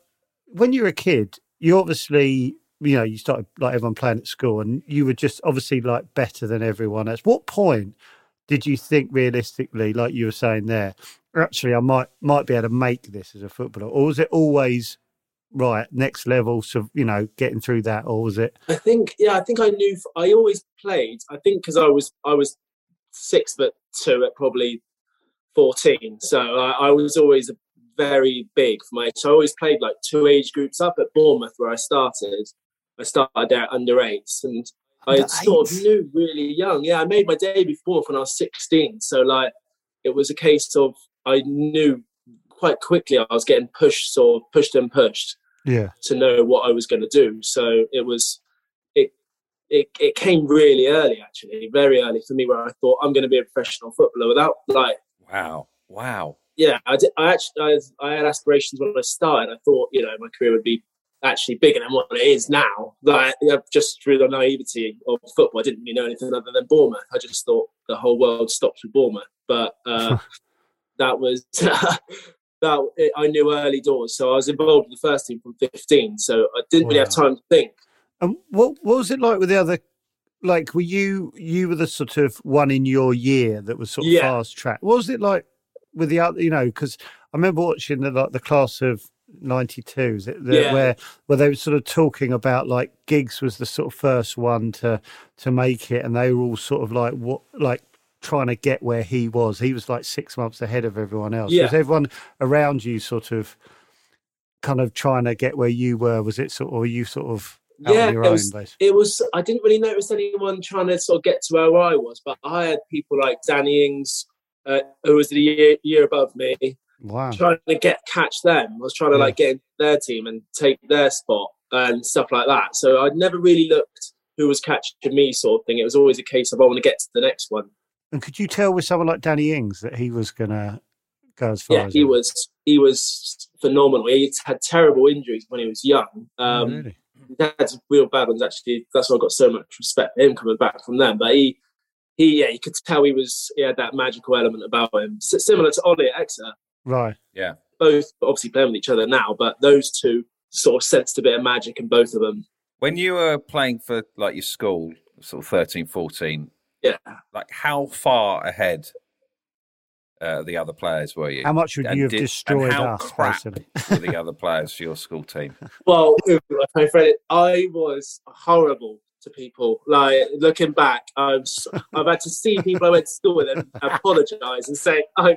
B: when you were a kid, you obviously, you know, you started like everyone playing at school and you were just obviously like better than everyone else. What point did you think realistically, like you were saying there, actually I might might be able to make this as a footballer? Or was it always right, next level, so you know, getting through that, or was it
C: I think yeah, I think I knew. I always played. I think because I was I was six foot two at probably fourteen, so I, I was always very big for my. So I always played like two age groups up at Bournemouth where I started. I started there at under eights, and I
B: Under
C: sort of
B: eights?
C: knew really young. Yeah, I made my debut for Bournemouth when I was sixteen, so like it was a case of I knew quite quickly I was getting pushed, sort of pushed and pushed
B: Yeah.
C: to know what I was going to do. So it was, it, it, it came really early, actually, very early for me, where I thought I'm going to be a professional footballer without like,
A: Wow. Wow.
C: yeah, I, did, I actually, I, I had aspirations when I started. I thought, you know, my career would be actually bigger than what it is now. Like, you know, just through the naivety of football, I didn't really know anything other than Bournemouth. I just thought the whole world stops with Bournemouth. But, uh, that was that I knew early doors, so I was involved with the first team from 15. So I didn't really have
B: Wow.
C: time to think.
B: And what what was it like with the other? Like, were you you were the sort of one in your year that was sort of
C: Yeah.
B: fast track? What was it like with the other? You know, because I remember watching the like the class of '92, is it the,
C: Yeah.
B: where where they were sort of talking about like gigs was the sort of first one to to make it, and they were all sort of like what like trying to get where he was. He was like six months ahead of everyone else.
C: Yeah.
B: Was everyone around you sort of kind of trying to get where you were? Was it sort or were you sort of out
C: yeah,
B: on
C: it
B: your own,
C: was,
B: basically?
C: it was. I didn't really notice anyone trying to sort of get to where I was, but I had people like Danny Ings, uh, who was the year, year above me,
B: Wow.
C: trying to get catch them. I was trying to
B: Yeah.
C: like get into their team and take their spot and stuff like that. So I'd never really looked who was catching me, sort of thing. It was always a case of I want to get to the next one.
B: And could you tell with someone like Danny Ings that he was going to go as far
C: yeah,
B: as
C: he was he was phenomenal. He had terrible injuries when he was young. Um,
B: Oh, really?
C: He had some real bad ones actually. That's why I got so much respect for him coming back from them. But he, he, yeah, you could tell he was he had that magical element about him, S- similar to Ollie at Exeter.
B: Right.
C: Both obviously playing with each other now, but those two sort of sensed a bit of magic in both of them.
A: When you were playing for like your school, sort of 13, 14,
C: Yeah.
A: like how far ahead uh, the other players were you?
B: How much would
A: And
B: you have
A: did- and
B: destroyed
A: how
B: us,
A: crap
B: basically?
A: were the other players for your school team?
C: Well, I'm afraid I was horrible to people. Like looking back, I've s- I've had to see people I went to school with and apologise and say I,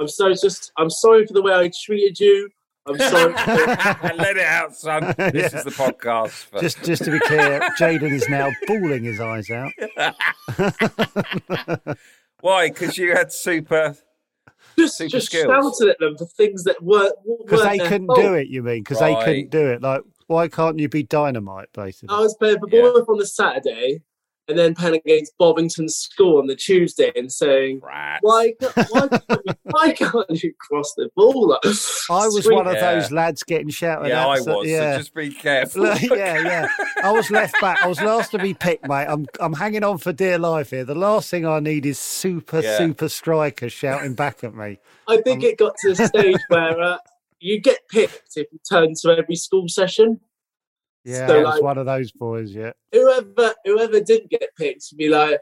C: I'm so just I'm sorry for the way I treated you. I'm sorry. For,
A: Let it out, son. This
B: Yeah.
A: is the podcast. For...
B: Just, just to be clear, Jaden is now bawling his eyes out.
A: Why? Because you had super.
C: just
A: Super
C: just
A: skills.
C: shouted at them for things that weren't
B: Because they couldn't do it, you mean? Because they
A: Right. Oh,
B: couldn't do it. Like, why can't you be dynamite, basically?
C: I was playing for
A: Yeah.
C: Bournemouth on the Saturday, and then playing against Bovington School on the Tuesday, and saying.
A: Rats.
C: Why, can't- why, can't you- why can't you cross the ball? I
B: I was one of
A: Yeah.
B: those lads getting shouted
A: Yeah,
B: at.
A: I
B: so-
A: was.
B: yeah.
A: So just be careful.
B: yeah, yeah. I was left back. I was last to be picked, mate. I'm I'm hanging on for dear life here. The last thing I need is super,
A: Yeah.
B: super striker shouting back at me.
C: I think it got to the stage where uh, you get picked if you turn to every school session.
B: Yeah,
C: So,
B: I was
C: like-
B: one of those boys. Yeah,
C: Whoever whoever didn't get picked would be like,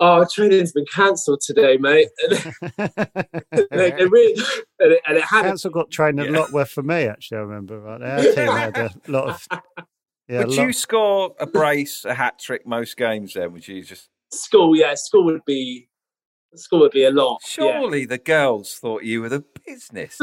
C: "Oh, our training's been cancelled today, mate." And they, they really, and it, and it had.
B: council got trained a
A: Yeah.
B: lot worth for me. Actually, I remember right there. Our team had a lot of. Yeah, a
A: would
B: lot-
A: you score a brace, a hat trick most games then? Would you just.
C: School, yeah, school would be school would be a lot. yeah.
A: Surely the girls thought you were the business.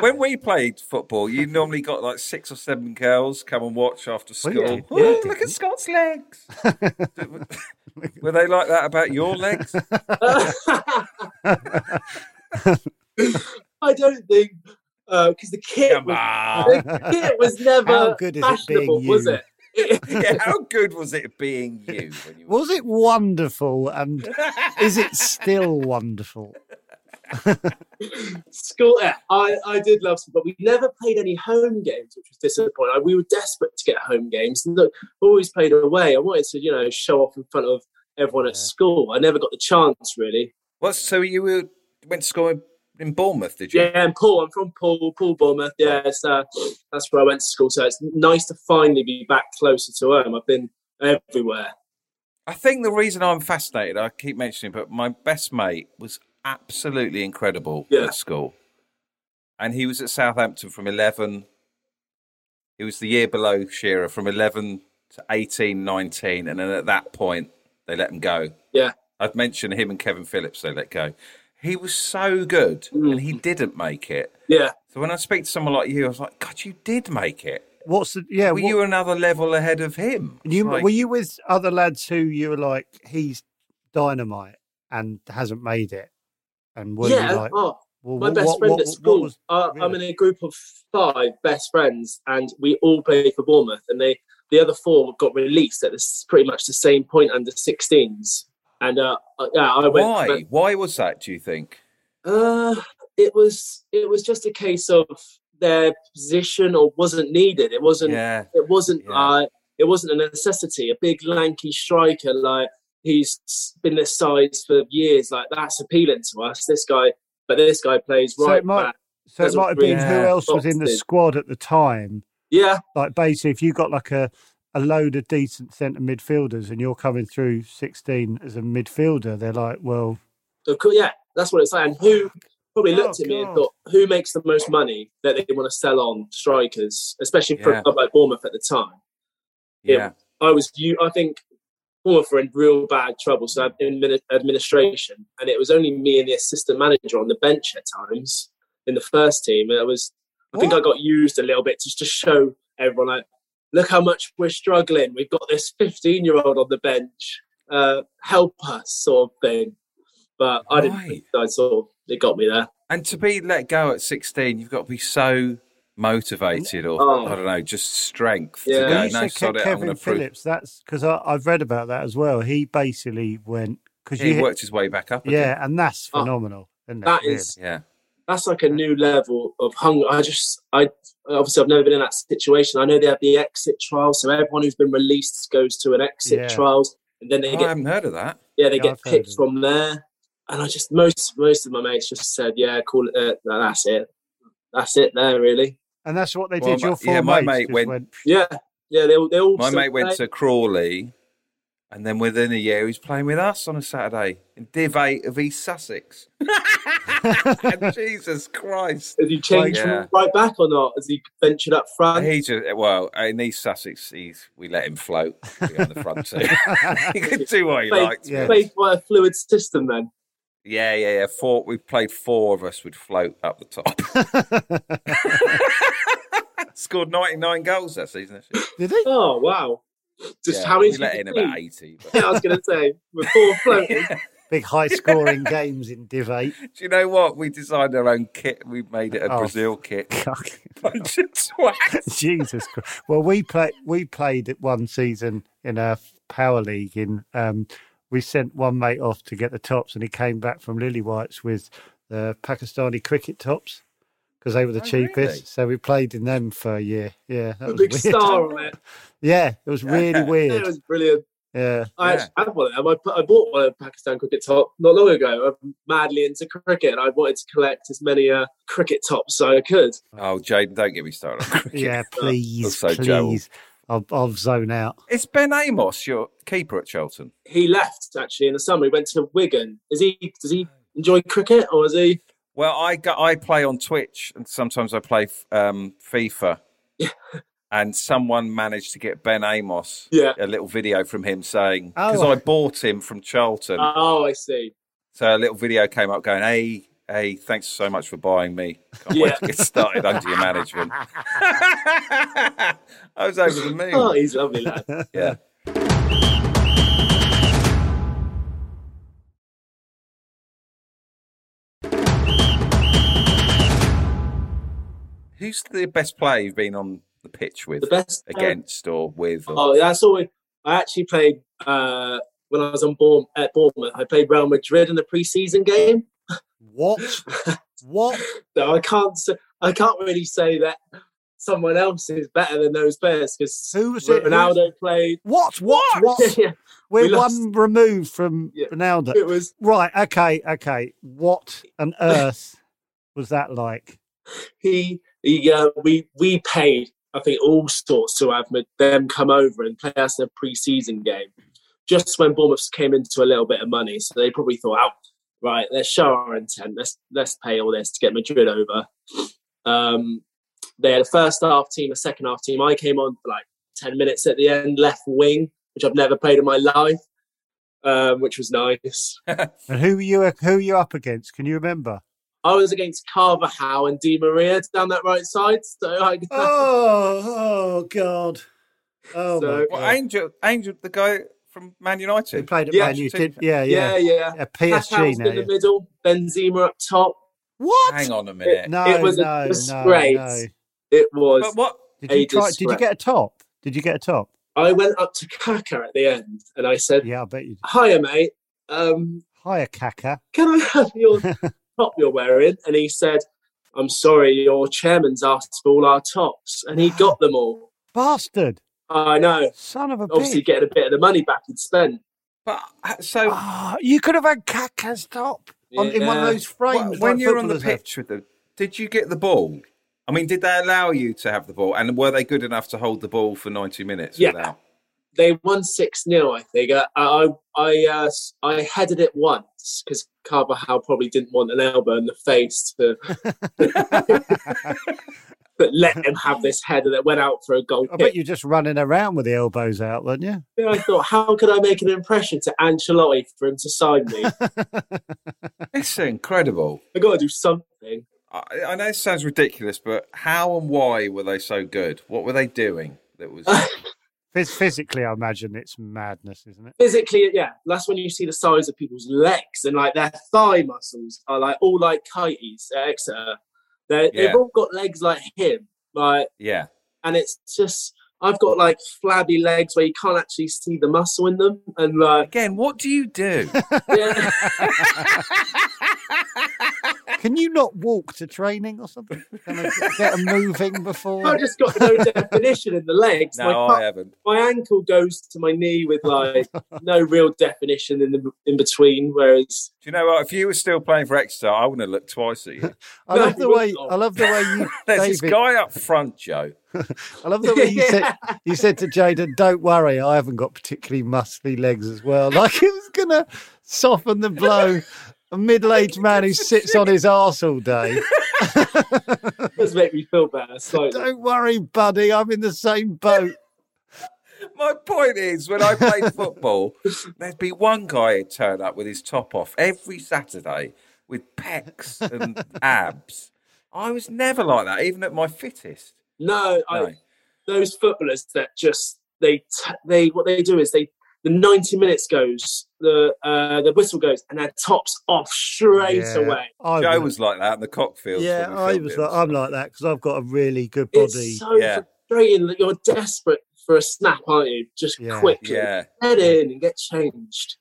A: when we played football, you normally got like six or seven girls come and watch after
B: Well,
A: school.
B: yeah.
A: "Ooh,
B: Yeah, I
A: look
B: did.
A: at Scott's legs. Were they like that about your legs?
C: I don't think because the kit
A: Come
C: was,
A: on.
C: the kit was never
B: How good is it being
C: fashionable, was
B: you?
C: it? It-
A: Yeah, how good was it being you? When you
B: Was it wonderful? And is it still wonderful?
C: School, yeah, I, I did love school, but we never played any home games, which was disappointing. Like, we were desperate to get home games. Look, we always played away. I wanted to, you know, show off in front of everyone at
B: Yeah.
C: school. I never got the chance, really.
A: What? So you were, went to school in, in Bournemouth, did you?
C: Yeah, and Paul, I'm from Paul, Paul Bournemouth. Yeah, it's, uh, that's where I went to school. So it's nice to finally be back closer to home. I've been everywhere.
A: I think the reason I'm fascinated, I keep mentioning, but my best mate was absolutely incredible
C: Yeah.
A: at school. And he was at Southampton from 11, it was the year below Shearer, from 11 to 18, 19. And then at that point, they let him go.
C: Yeah.
A: I've mentioned him and Kevin Phillips, they let go. He was so good
C: Mm.
A: and he didn't make it.
C: Yeah,
A: So when I speak to someone like you, I was like, God, you did make it.
B: What's the yeah?
A: Were
B: what-
A: you another level ahead of him?
B: you
A: Like-
B: were you with other lads who you were like he's dynamite and hasn't made it, and were
C: yeah.
B: you like
C: oh.
B: well,
C: My
B: what-
C: best
B: what-
C: friend
B: what-
C: at
B: what
C: school.
B: was-
C: uh, I'm in
B: really?
C: a group of five best friends, and we all played for Bournemouth. And they, the other four, got released at this pretty much the same point under 16s. And uh, uh, yeah, I went.
A: Why? Why was that, do you think?
C: Uh, it was it was just a case of their position or wasn't needed. It wasn't
A: Yeah.
C: it wasn't
A: Yeah.
C: uh, it wasn't a necessity. A big lanky striker like he's been this size for years, like that's appealing to us. This guy, but this guy plays
B: So it
C: right
B: might-
C: back.
B: So it
C: doesn't
B: might have been
A: really
B: who else was in the
C: box it.
B: squad at the time.
C: Yeah,
B: Like basically, if you got like a a load of decent centre midfielders and you're coming through 16 as a midfielder, they're like, well,
C: of course, yeah, that's what it's like. And who probably
B: Oh,
C: looked at me
B: God.
C: and thought, who makes the most money that they want to sell on strikers, especially for
A: Yeah.
C: a club like Bournemouth at the time.
A: Yeah.
C: Yeah. I was you. I think Bournemouth were in real bad trouble. So in admini- administration, and it was only me and the assistant manager on the bench at times in the first team. And it was. I think I got used a little bit just to show everyone like, look how much we're struggling. We've got this fifteen-year-old on the bench. Uh, help us, sort of thing. But I didn't.
A: Right.
C: Think I sort of it got me there.
A: And to be let go at 16, you've got to be so motivated or,
C: Oh.
A: I don't know, just strength
C: Yeah.
A: to
B: when
A: go,
B: you
A: no,
B: said
A: sod
B: Ke-
A: it, I'm
B: Kevin
A: going to prove.
B: Phillips, that's because I've read about that as well. He basically went, because
A: He
B: you,
A: worked his way back up. I
B: yeah, and that's
C: Oh,
B: phenomenal. isn't it,
C: That
B: really?
C: is
A: think. Yeah.
C: that's like a new level of hunger. I just, I obviously I've never been in that situation. I know they have the exit trial, so everyone who's been released goes to an exit
B: Yeah.
C: trials, and then they
A: Oh, I
C: get
A: haven't heard of that.
C: yeah they
B: Yeah,
C: get
B: I've heard of
C: picked
B: it.
C: from there. And I just most most of my mates just said, yeah, call it. Uh, that's it. That's it. There, really.
B: and that's what they
A: Well,
B: did.
A: my-
B: Your four
A: yeah, my
B: mates
A: mate
B: just
A: went-
C: Yeah, yeah. They all they all.
A: My
C: still
A: mate went
C: play.
A: to Crawley, and then within a year, he's playing with us on a Saturday in Div 8 of East Sussex. And Jesus Christ.
C: Has he changed
A: Yeah.
C: right back or not? Has he ventured up
B: Um,
C: front?
A: He just, well, in East Sussex, he's, we let him float on the front two. he could do what he
C: Faith-
A: liked. to be
B: yeah.
A: honest.
C: Played by a fluid system then.
A: Yeah, yeah, yeah. Four. We played four of us would float up the top. Scored ninety nine goals that season. Actually.
B: did he?
C: Oh wow! Just
A: yeah,
C: how many?
A: we let in
C: did you
A: about
C: see?
A: eighty.
C: Yeah, I was going to say with four
A: But...
C: floaters.
B: Big high scoring games in Div 8.
A: Do you know what? We designed our own kit. We made it a
B: Oh.
A: Brazil kit. Bunch of twats.
B: Jesus Christ. Well, we play we played it one season in a power league. In um, we sent one mate off to get the tops, and he came back from Lily White's with the Pakistani cricket tops because they were the
A: Oh,
B: cheapest.
A: really?
B: So we played in them for a year. Yeah, that
C: a
B: was
C: big
B: weird.
C: star on it.
B: Yeah, it was really
A: Yeah.
C: It
B: weird.
C: was brilliant.
B: Yeah,
C: I
A: Yeah.
C: actually had one of them. I, put, I bought one of Pakistan cricket top not long ago. I'm madly into cricket. and I wanted to collect as many uh, cricket tops as I could.
A: Oh, Jaden, don't get me started. on cricket.
B: yeah. Please,
A: so Joel.
B: please. I'll, I'll zone out.
A: It's Ben Amos, your keeper at Cheltenham.
C: He left actually in the summer. He went to Wigan. Is he? Does he enjoy cricket or is he?
A: Well, I go, I play on Twitch and sometimes I play f- um, FIFA.
C: Yeah.
A: and someone managed to get Ben Amos
C: Yeah.
A: a little video from him saying
B: Oh.
A: because I bought him from Charlton,
C: Oh, I see.
A: so a little video came up going, "Hey, hey, thanks so much for buying me. Can't
C: Yeah.
A: wait to get started under your management. I was over the moon.
C: Oh, he's a lovely. lad.
A: Yeah. Who's the best player you've been on the pitch with,
C: The best
A: against, or with? Or,
C: Oh, that's always. I actually played uh, when I was on Bourne, at Bournemouth. I played Real Madrid in the preseason game.
B: What? What?
C: So I can't. s- I can't really say that someone else is better than those players because
B: Who was it? Who was-
C: Ronaldo played.
B: What? What? What?
C: Yeah,
B: We're
C: We lost.
B: one removed from
C: Yeah.
B: Ronaldo.
C: it was
B: Right. Okay. Okay. What on earth was that like?
C: he. he uh, we we paid. I think all sorts to have ma- them come over and play us in a pre-season game. Just when Bournemouth came into a little bit of money, so they probably thought, "Out right, let's show our intent. Let's let's pay all this to get Madrid over." Um, they had a first half team, a second half team. I came on for like 10 minutes at the end, left wing, which I've never played in my life, um, which was nice.
B: And who were you? Who were you up against? Can you remember?
C: I was against Carvajal and Di Maria down that right side. So I,
B: Oh, oh God. Oh,
C: So-
B: my God.
A: well, Angel, Angel, the guy from Man
B: He
A: United.
B: played at
C: Yeah,
B: Man U,
A: so-
B: did- Yeah, Oh, yeah.
C: yeah, yeah.
B: A
C: Cacao's
B: PSG now.
C: in
B: yeah.
C: the middle, Benzema up top.
B: What?
A: Hang on a minute.
B: No,
C: It was a
B: no,
C: disgrace.
B: no, no.
C: It was.
A: But what?
B: Did you
C: A
B: try? Did you
C: disgrace.
B: get a top? Did you get a top?
C: I went up to Kaka at the end and I said,
B: Yeah, I bet you. did.
C: "Hiya, mate. Um,
B: Hire Kaka.
C: can I have your top you're wearing? And he said, I'm sorry, your chairman's asked for all our tops. And he got them all.
B: Bastard.
C: I know.
B: Son of a
C: Obviously,
B: bitch.
C: getting a bit of the money back he'd spent.
A: But uh, so
B: Ah, you could have had Kaka's top on, in one of
C: Yeah.
B: those frames.
A: wh- when
B: like
A: you were on the
B: footballers have.
A: pitch with them, did you get the ball? I mean, did they allow you to have the ball? And were they good enough to hold the ball for ninety minutes?
C: Yeah.
A: Without?
C: They won 6 0, I think. Uh, I I I, uh, s- I headed it once because Carvajal probably didn't want an elbow in the face. To, but let him have this header that went out for a goal
B: I bet
C: kick.
B: you're just running around with the elbows out, weren't you?
C: I thought, how could I make an impression to Ancelotti for him to sign me?
A: It's incredible.
C: i got to do something.
A: I, I know it sounds ridiculous, but how and why were they so good? What were they doing that was?
B: Phys- physically, I imagine it's madness, isn't it?
C: physically, yeah, that's when you see the size of people's legs and like their thigh muscles are like all like kites at Exeter. They
A: Yeah.
C: They've all got legs like him, like,
A: yeah,
C: and it's just I've got like flabby legs where you can't actually see the muscle in them, and like
A: again, what do you do?
C: yeah,
B: Can you not walk to training or something? Can I get them moving
C: I've
B: before?
C: just got no definition in the legs.
A: no, oh,
C: my,
A: I
C: cu-
A: haven't.
C: my ankle goes to my knee with like no real definition in the in between, whereas
A: Do you know what? If you were still playing for Exeter, I wouldn't have looked twice at you.
B: I love the
C: No,
B: way I love the way you
A: There's this
B: David.
A: guy up front, Joe.
B: I love the way you said
C: Yeah.
B: you said to Jaden, "Don't worry, I haven't got particularly muscly legs as well." Like it was gonna soften the blow. A middle-aged man who sits on his arse all day.
C: it does make me feel better slightly.
B: Don't worry, buddy. I'm in the same boat.
A: My point is, when I played football, there'd be one guy who'd turn up with his top off every Saturday with pecs and abs. I was never like that, even at my fittest.
C: No, I,
A: No.
C: those footballers that just they t- they what they do is they the 90 minutes goes the uh, the whistle goes and their tops off straight
B: Yeah,
C: away.
B: I
A: Joe
B: would-
A: was like that in the cockfield.
B: Yeah, I was like, I'm like that because I've got a really good body.
C: It's so
A: Yeah.
C: frustrating that you're desperate for a snap, aren't you? Just
B: Yeah.
C: quickly
A: Yeah.
C: head in and get changed.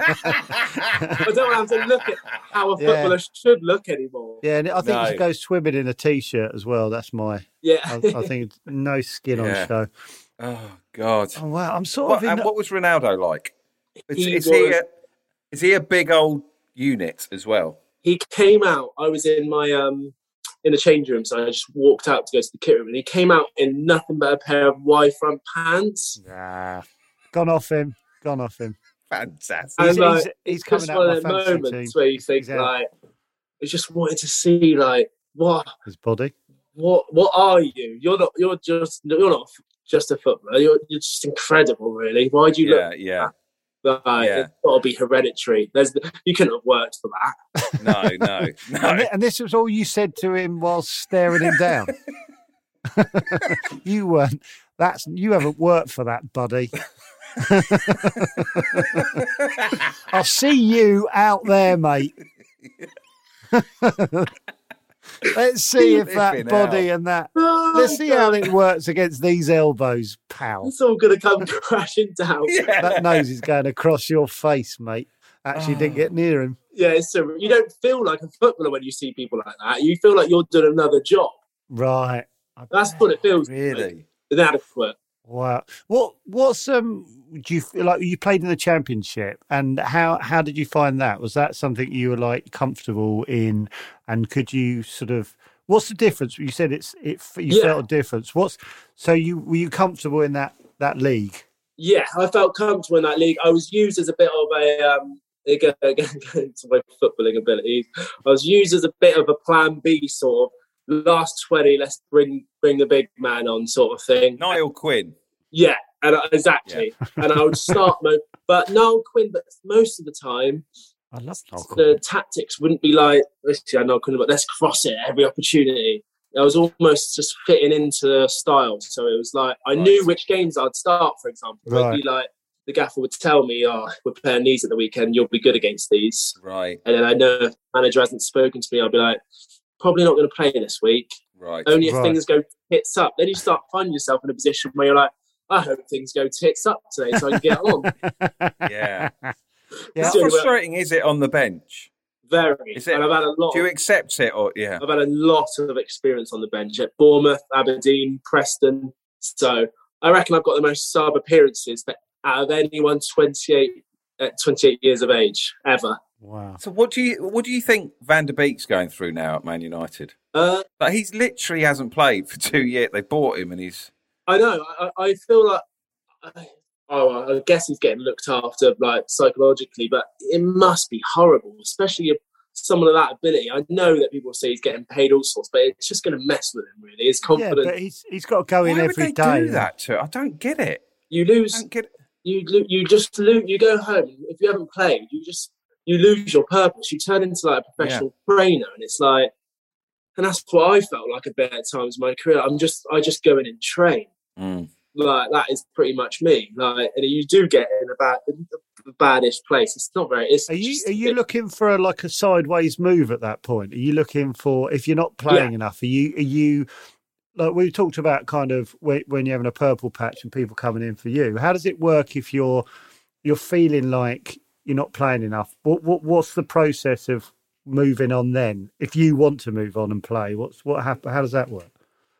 C: I don't have to look at how a
B: Yeah.
C: footballer should look anymore.
B: Yeah, and I think you
A: No.
B: should go swimming in a t-shirt as well. That's my. I,
C: Yeah,
B: I think it's no skin
A: Yeah.
B: on show.
A: oh, God.
B: Oh wow, I'm sort
A: What,
B: of. In,
A: and what was Ronaldo like? Is,
C: He
A: is he
C: was-
A: a, is he a big old unit as well?
C: he came out. I was in my um in the change room, so I just walked out to go to the kit room, and he came out in nothing but a pair of Y front pants.
B: Nah, gone off him. Gone off him.
A: Fantastic.
C: And,
B: He's,
C: like,
B: he's, he's
C: It's
B: coming
C: just
B: out
C: one
B: my
C: of those
B: fantasy team.
C: moments where you think
B: Exactly.
C: like, I just wanted to see like what
B: His body.
C: what what are you? You're not you're just you're not just a footballer. You're you're just incredible, really. Why do you look?
A: Yeah, yeah.
C: Like,
A: Yeah.
C: It's got to be hereditary. There's you couldn't have worked for that.
A: No, no,
B: And,
A: no.
B: thi- and this was all you said to him while staring him down. you weren't. That's you haven't worked for that, buddy. I'll see you out there, mate. Let's see if that
A: Flipping
B: body and that.
C: Oh,
B: Let's see how it works against these elbows, pal.
C: It's all gonna come crashing down. Yeah,
A: Yeah.
B: That nose is going across your face, mate. Actually, didn't get near him.
C: it's so, you don't feel like a footballer when you see people like that. You feel like you're doing another job.
B: Right.
C: That's what it feels. Like,
A: Really?
C: inadequate.
B: Wow. What what's um do you feel like you played in the championship and how how did you find that? Was that something you were like comfortable in and could you sort of what's the difference? You said it's it you
C: Yeah.
B: felt a difference. What's so you were you comfortable in that that league?
C: Yeah, I felt comfortable in that league. I was used as a bit of a um, again, again going to my footballing abilities. I was used as a bit of a plan B sort of last twenty. Let's bring bring the big man on sort of thing.
A: Niall Quinn.
C: Yeah, and I, exactly. and I would start, mo- but Noel Quinn. But most of the time,
B: I love
C: the tactics wouldn't be like, let's see, I know I couldn't, but let's cross it every opportunity. I was almost just fitting into the style. So it was like, I
A: Right.
C: knew which games I'd start, for example.
B: Right.
C: It'd be like, the gaffer would tell me, oh, we're playing these at the weekend, you'll be good against these.
A: Right,
C: And then I know if the manager hasn't spoken to me, I'll be like, probably not going to play this week.
A: right.
C: Only if
B: Right.
C: things go tits up. Then you start finding yourself in a position where you're like, I hope things go tits up today so I can get along.
A: Yeah.
B: Yeah.
A: How frustrating is it on the bench?
C: Very.
A: Is it-
C: and I've had a lot
A: Do you
C: of
A: accept it or yeah?
C: I've had a lot of experience on the bench at Bournemouth, Aberdeen, Preston. So I reckon I've got the most sub appearances that out of anyone 28, at 28 years of age ever.
B: Wow.
A: So what do you what do you think Van der Beek's going through now at Man United?
C: Uh,
A: Like he's literally hasn't played for two years. They bought him and he's
C: I know. I, I I feel like, I, oh, I guess he's getting looked after like psychologically, but it must be horrible, especially if someone of that ability. I know that people say he's getting paid all sorts, but it's just going to mess with him, really. His
B: Yeah,
C: confidence.
B: but he's he's got to go in
A: why would
B: every
A: they
B: day.
A: do that to? I don't get it.
C: you
A: I
C: lose
A: don't get it.
C: you lo- you just lose. You go home if you haven't played. You just you lose your purpose. You turn into like a professional trainer, and it's like, and that's what I felt like a bit at times in my career. I'm just I just go in and train.
A: Mm.
C: Like that is pretty much me. Like and you do get in a bad a badish place. It's not very. It's
B: Are you
C: just
B: are
C: a
B: you
C: bit-
B: looking for a, like a sideways move at that point? Are you looking for if you're not playing enough? Are you are you like we talked about kind of when, when you're having a purple patch and people coming in for you? How does it work if you're you're feeling like you're not playing enough? What what what's the process of moving on then? If you want to move on and play, what's what hap- How does that work?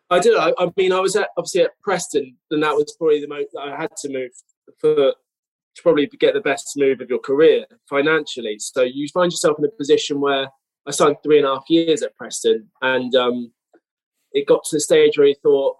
C: I did. I, I mean, I was at, obviously at Preston, and that was probably the most I had to move for to probably get the best move of your career financially. So you find yourself in a position where I signed three and a half years at Preston, and um, it got to the stage where he thought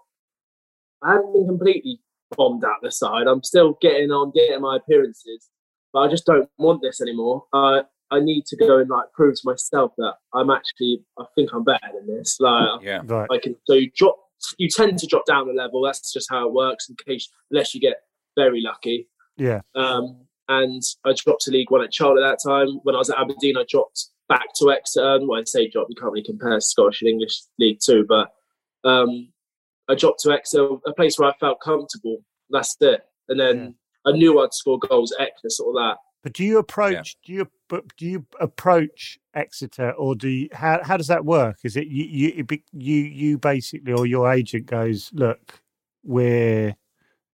C: I haven't been completely bombed out the side. I'm still getting on, getting my appearances, but I just don't want this anymore. I I need to go and like prove to myself that I'm actually I think I'm better than this. Like
A: Yeah.
B: Right.
C: I can so you drop you tend to drop down a level. That's just how it works in case unless you get very lucky.
B: Yeah.
C: Um, and I dropped to League One at Charlotte at that time. When I was at Aberdeen, I dropped back to Exeter. Well, I say drop, you can't really compare Scottish and English League Two, but um, I dropped to Exeter, a place where I felt comfortable. That's it. And then I knew I'd score goals at Exeter, sort of that.
B: But do you approach do you but do you approach Exeter or do you, how how does that work? Is it you you it be- you you basically or your agent goes look we're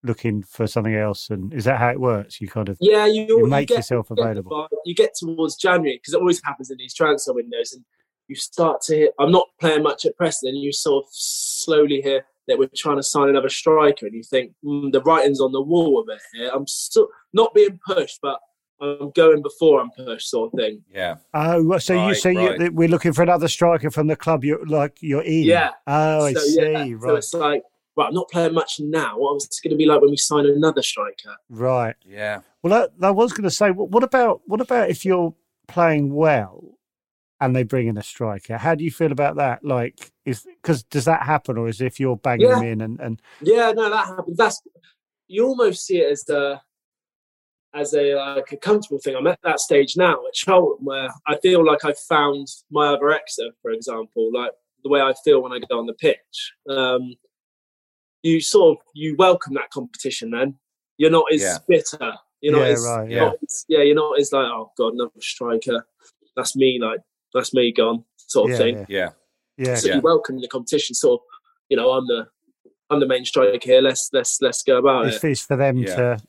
B: looking for something else and is that how it works? You kind of
C: Yeah, you,
B: you
C: you
B: make
C: get-
B: yourself
C: get
B: available.
C: by- You get towards January because it always happens in these transfer windows, and you start to hear. I'm not playing much at Preston, and you sort of slowly hear that we're trying to sign another striker, and you think mm, the writing's on the wall a bit here. I'm still not being pushed, but I'm going before I'm pushed, sort of thing.
A: Yeah.
B: Oh, well, so you
A: Right,
B: so you
A: right.
B: that we're looking for another striker from the club you're like you're in.
C: Yeah.
B: Oh, I
C: So,
B: see.
C: yeah, So
B: right,
C: it's like, well, I'm not playing much now. What's it going to be like when we sign another striker?
B: right.
A: Yeah.
B: Well, I, I was going to say, what, what about what about if you're playing well and they bring in a striker? How do you feel about that? Like, is because does that happen, or is if you're banging them in and and
C: Yeah, no, that happens. That's you almost see it as the as a like a comfortable thing. I'm at that stage now at Charlton where I feel like I've found my other exit, for example, like the way I feel when I go on the pitch. Um, you sort of you welcome that competition then. You're not as
A: Yeah.
C: bitter. You're not
B: Yeah,
C: as,
B: right,
C: you're not as- yeah, you're not as like, oh god, another striker. That's me, like that's me gone, sort of
B: Yeah,
C: thing.
B: yeah,
A: Yeah.
B: yeah.
C: So
A: Yeah.
C: you welcome the competition, sort of, you know, I'm the I'm the main striker here, let's let's let's go about it.
B: It's, it's for them
A: Yeah.
B: to,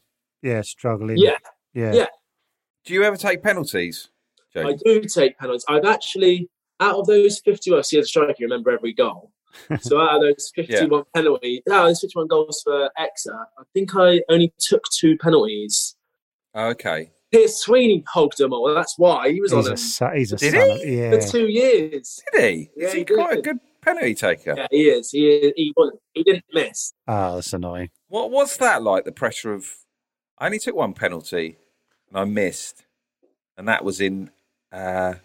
B: yeah, struggle in.
C: uh, Yeah,
B: yeah.
C: yeah.
A: Do you ever take penalties,
C: I
A: James?
C: do take penalties. I've actually, out of those 51, see, as a striker, you remember every goal. so out of those 51 penalties, out of those 51 goals for Exa, I think I only took two penalties.
A: Oh, Okay.
C: Piers Sweeney hogged them all. That's why he was on
B: He's
C: them
B: a, sa- he's a
A: Did
B: son of-
C: for
B: yeah.
C: two years.
A: Did he?
C: Yeah,
A: Is he
C: he did.
A: quite a good penalty taker?
C: Yeah, he is. He is. He, wasn't, he didn't miss.
B: Oh, that's annoying.
A: What was that like? The pressure of. I only took one penalty, and I missed, and that was in uh,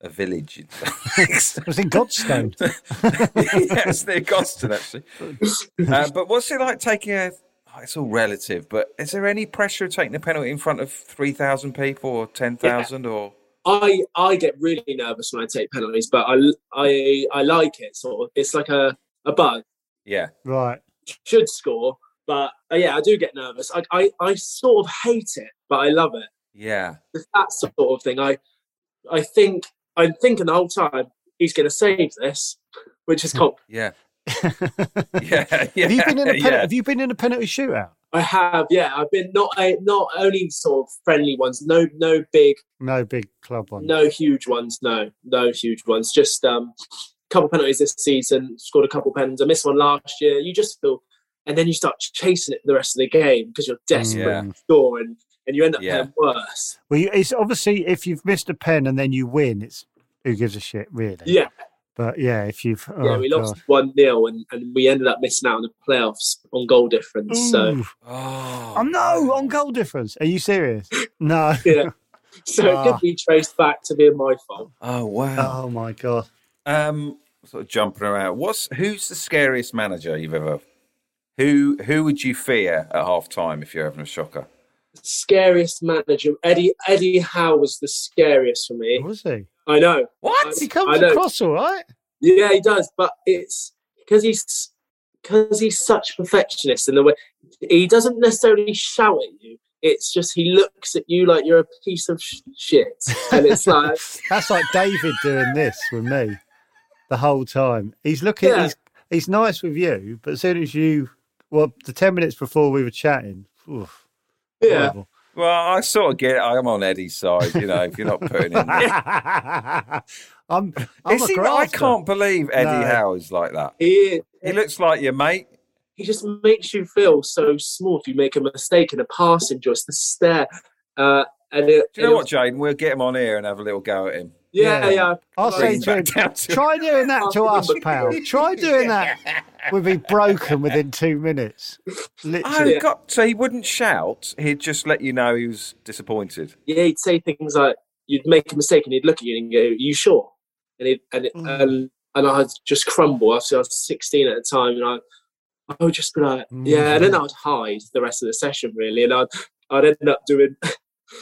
A: a village. in
B: It was in Godstone.
A: yes, near Goston actually. Uh, but what's it like taking a? oh, it's all relative, but is there any pressure of taking a penalty in front of three thousand people or ten thousand or?
C: I, I get really nervous when I take penalties, but I, I, I like it. Sort of, it's like a, a bug.
A: Yeah,
B: right.
C: should score. But uh, yeah, I do get nervous. I, I, I sort of hate it, but I love it.
A: yeah,
C: It's that sort of thing. I I think I'm thinking the whole time he's going to save this, which is comp.
A: yeah, yeah, yeah.
B: Have you been in a pen-
A: yeah.
B: Have you been in a penalty shootout?
C: I have, yeah. I've been not a, not only sort of friendly ones, no no big,
B: No big club one.
C: no huge ones, no no huge ones. Just um, couple penalties this season. Scored a couple pens. I missed one last year. You just feel, and then you start chasing it the rest of the game because you're desperate
B: Mm.
A: Yeah.
C: to score, and and you end up
A: Yeah.
C: playing worse.
B: Well, you, it's obviously if you've missed a pen and then you win, it's who gives a shit, really.
C: Yeah,
B: But yeah, if you've oh,
C: yeah, we lost
B: God.
C: one 0 and, and we ended up missing out on the playoffs on goal difference. So
B: Ooh.
A: Oh
B: Oh no, on goal difference. Are you serious? No.
C: yeah, so it
B: Ah.
C: could be traced back to being my fault.
A: Oh wow.
B: Oh my god.
A: Um, sort of jumping around. What's who's the scariest manager you've ever? Who who would you fear at half time if you're having a shocker?
C: Scariest manager Eddie Eddie Howe was the scariest for me.
B: Was he?
C: I know.
A: What?
B: He
C: I
B: comes
C: know.
B: across all right.
C: Yeah, he does, but it's because he's because he's such a perfectionist in the way he doesn't necessarily shout at you. It's just he looks at you like you're a piece of sh- shit, and it's like
B: That's like David doing this with me the whole time. He's looking
C: Yeah.
B: he's he's nice with you, but as soon as you well, the ten minutes before we were chatting, oof,
C: yeah.
B: horrible.
A: Well, I sort of get. I'm on Eddie's side. You know, if you're not putting in. the-
B: I'm, I'm
A: Is
B: a
A: he, I
B: grafter.
A: can't believe Eddie
B: No.
A: Howe is like that.
C: He,
A: He looks like your mate.
C: he just makes you feel so small if you make a mistake in a passing just the stare uh and it,
A: Do you know
C: it
A: what,
C: was-
A: Jaden? We'll get him on here and have a little go at him.
C: yeah
B: Yeah.
C: yeah,
B: I'll
A: Bring
B: say
A: him
B: to him,
A: back down to
B: Try doing that to us, pal. Try doing that. We'd be broken within two minutes.
A: Oh,
B: Literally.
A: God. So he wouldn't shout. He'd just let you know he was disappointed.
C: yeah he'd say things like you'd make a mistake and he'd look at you and go you sure and it and it,
B: Mm.
C: and, and i'd just crumble i was I was 16 at the time and i i would just be like yeah and then i'd hide the rest of the session really and i'd i'd end up doing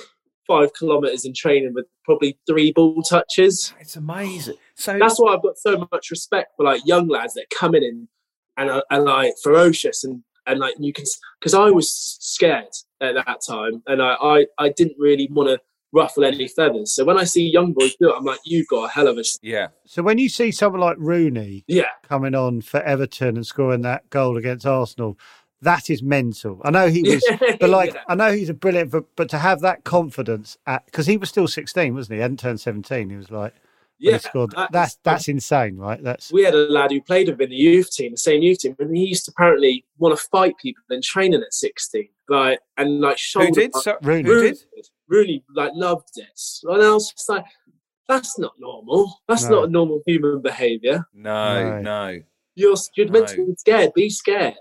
C: five kilometers in training with probably three ball touches
A: It's amazing. So
C: that's why I've got so much respect for like young lads that come in and and, are- and like ferocious and and like you can because I was scared at that time and I I, I didn't really want to ruffle any feathers. So when I see young boys do it, I'm like, you've got a hell of a s-
A: yeah,
B: So when you see someone like Rooney
C: yeah
B: coming on for Everton and scoring that goal against Arsenal, that is mental. I know he was, but like,
C: Yeah.
B: I know he's a brilliant, but, but to have that confidence at because he was still 16, wasn't he? He hadn't turned 17. He was like, when he
C: yeah.
B: scored.
C: that is-
B: That's, that's insane, right? That's,
C: We had a lad who played with in the youth team, the same youth team, and he used to apparently want to fight people in training at 16, like and like shoulder
A: who did?
C: bump-
A: So,
B: Rooney.
A: Who did?
C: really like loved it. And I was just like, that's not normal. That's
B: No.
C: not normal human behaviour.
A: No,
B: No.
A: no.
C: You're you're meant to
A: No.
C: be scared. Be scared.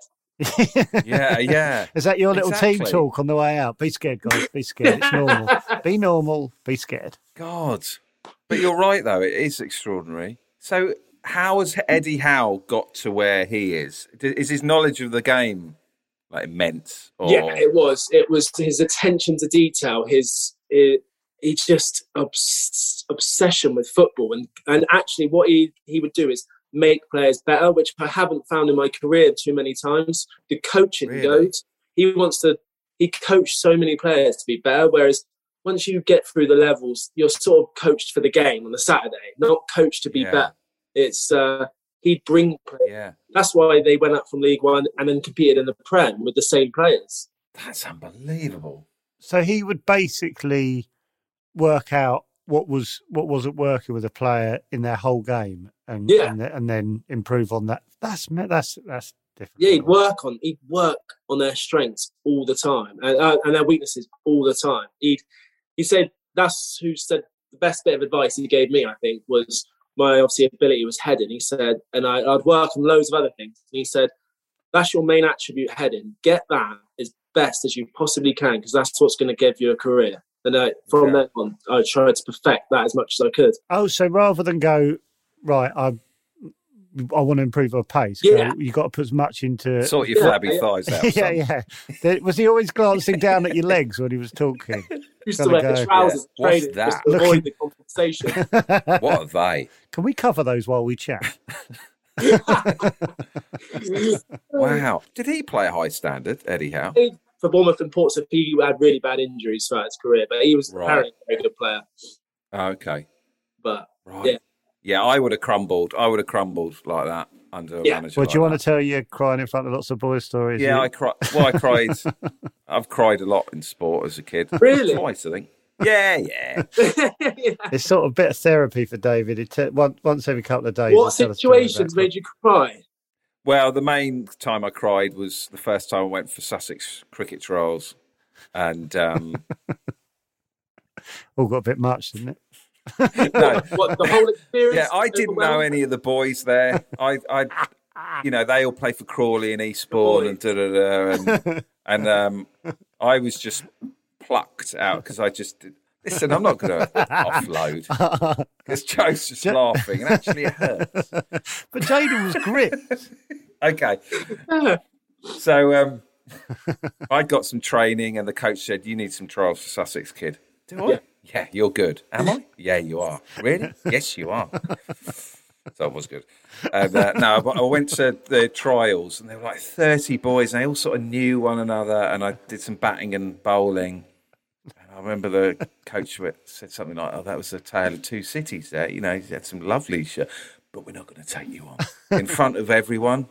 A: Yeah, yeah.
B: is that your little team
A: Exactly.
B: talk on the way out? Be scared, guys. Be scared. It's normal. be normal. Be scared.
A: God. But you're right, though. It is extraordinary. So, how has Eddie Howe got to where he is? D- Is his knowledge of the game like immense? Or...
C: Yeah, it was. It was his attention to detail. His it, he just obs- obsession with football, and and actually, what he he would do is make players better, which I haven't found in my career too many times. The coaching
A: Really?
C: goes. He wants to. He coached so many players to be better, whereas once you get through the levels, you're sort of coached for the game on the Saturday, not coached to be
A: Yeah.
C: better. It's uh, he'd bring players.
A: yeah,
C: That's why they went up from League One and then competed in the Prem with the same players.
A: that's unbelievable.
B: So he would basically work out what was what wasn't working with a player in their whole game, and
C: Yeah.
B: and, th- and then improve on that. That's me- that's that's different.
C: Yeah, he'd work on he'd work on their strengths all the time and uh, and their weaknesses all the time. He'd he said that's who said the best bit of advice he gave me. I think was my obviously ability was heading. He said, and I, I'd work on loads of other things. And he said that's your main attribute heading. Get that as best as you possibly can because that's what's going to give you a career. And uh, from
A: Yeah.
C: then on, I tried to perfect that as much as I could.
B: Oh, so rather than go right, I I want to improve our pace.
C: Yeah.
B: go, you got to put as much into.
A: Sort your
C: Yeah,
A: flabby
C: yeah.
A: thighs out.
B: yeah,
A: son.
B: yeah. There- Was he always glancing down at your legs when he was talking?
C: Used to
B: Gotta
C: wear the
B: go.
C: trousers,
A: Yeah. What's
C: and trainers
A: that?
C: just to
B: Looking-
C: avoid the conversation.
A: What are they?
B: Can we cover those while we chat?
A: Wow. Did he play a high standard, Eddie Howe?
C: for Bournemouth and Portsmouth, he had really bad injuries throughout his career, but he was
A: Right.
C: apparently a very good player.
A: Oh, Okay.
C: But
A: Right. Yeah.
C: Yeah.
A: I would have crumbled. I would have crumbled like that under a
C: Yeah.
A: manager.
B: Well, do you
A: like
B: want to tell your crying in front of lots of boys
A: that.
B: stories?
A: Yeah,
B: You-
A: I cried. Well, I cried. I've cried a lot in sport as a kid.
C: Really?
A: Twice, I think. Yeah, yeah.
B: It's sort of a bit of therapy for David. It t- once, once every couple of days.
C: what
B: he'll tell a story
C: situations
B: about
C: made you cry?
A: Well, the main time I cried was the first time I went for Sussex cricket trials, and um,
B: it. all Oh, got a bit much, didn't it?
A: no,
C: What the whole experience?
A: yeah, I didn't know
C: Overwhelmed?
A: any of the boys there. I, I, you know, they all play for Crawley and Eastbourne and da da da, and, and um, I was just plucked out because I just did- listen. I'm not going to offload because Joe's just laughing, and actually it hurts.
B: But Jaden was gripped. Oh,
A: Okay,
C: Yeah.
A: so um, I got some training, and the coach said, "You need some trials for Sussex, kid." Do I? Yeah. you're good. Am I? Yeah, you are. Really? yes, you are. So it was good. And, uh, no, but I went to the trials, and there were like thirty boys, and they all sort of knew one another. And I did some batting and bowling. And I remember the coach w- said something like, "Oh, that was a tale of two cities. There, you know, he had some lovely shit, but we're not going to take you on in front of everyone."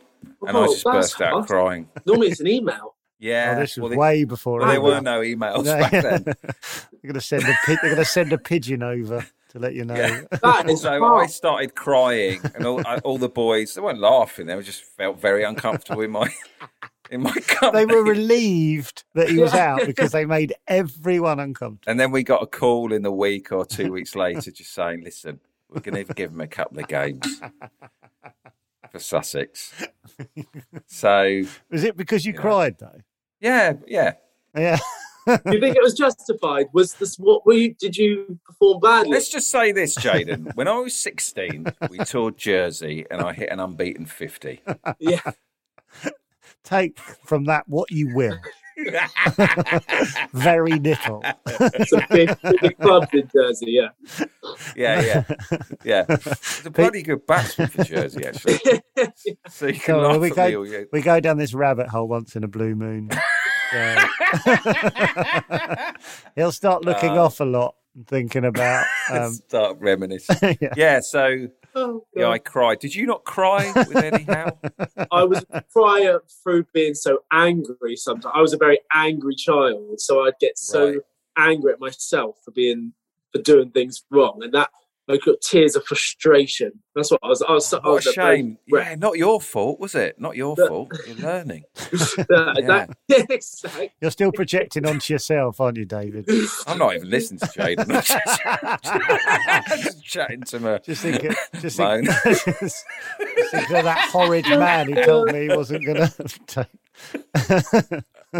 A: And I
C: Oh,
A: just
C: that's
A: burst out
C: harsh.
A: crying.
C: Normally it's an email.
A: Yeah,
B: Oh, this was
A: well, they-
B: way before.
A: well, there
B: email.
A: were no emails
B: No.
A: back then.
B: they're going to send a pi- they're going to send a pigeon over to let you know.
C: That is
A: so I
C: hard.
A: started crying, and all, I, all the boys they weren't laughing. They just felt very uncomfortable in my in my company.
B: They were relieved that he was out because they made everyone uncomfortable.
A: and then we got a call in the week or two weeks later, just saying, "Listen, we're going to give him a couple of games for Sussex." So
B: Was it because you
A: Yeah.
B: cried though?
A: yeah, yeah.
B: Yeah.
C: Do you think it was justified? Was this what were you? Did you perform badly?
A: Let's just say this, Jaden. When I was 16, we toured Jersey, and I hit an unbeaten 50.
C: Yeah,
B: Take from that what you will. Very little.
C: it's a big, big club in Jersey. Yeah,
A: Yeah, yeah, yeah. He's a bloody good batsman for Jersey, actually. So you can
B: Go on,
A: laugh
B: we
A: at
B: go-
A: me all you.
B: We go down this rabbit hole once in a blue moon. So- He'll start looking
A: Uh,
B: off a lot, and thinking about. Um,
A: Start reminiscing.
B: Yeah.
A: yeah. so
C: oh,
A: yeah,
C: God.
A: I cried. Did you not cry with Eddie Howe?
C: I was prior through being so angry sometimes. I was a very angry child, so I'd get so
A: Right.
C: angry at myself for being for doing things wrong, and that I got tears of frustration. That's what I was. I was so I
A: What
C: was
A: a
C: a very-
A: shame. Yeah, not your fault, was it? Not your
C: But-
A: fault. You're learning.
C: that, that, exactly.
B: you're still projecting onto yourself, aren't you, David?
A: I'm not even listening to Jaden. I'm just- just chatting to my
B: Just think, of- just
A: moan.
B: think, just, just think of that horrid man who told me he wasn't going to take.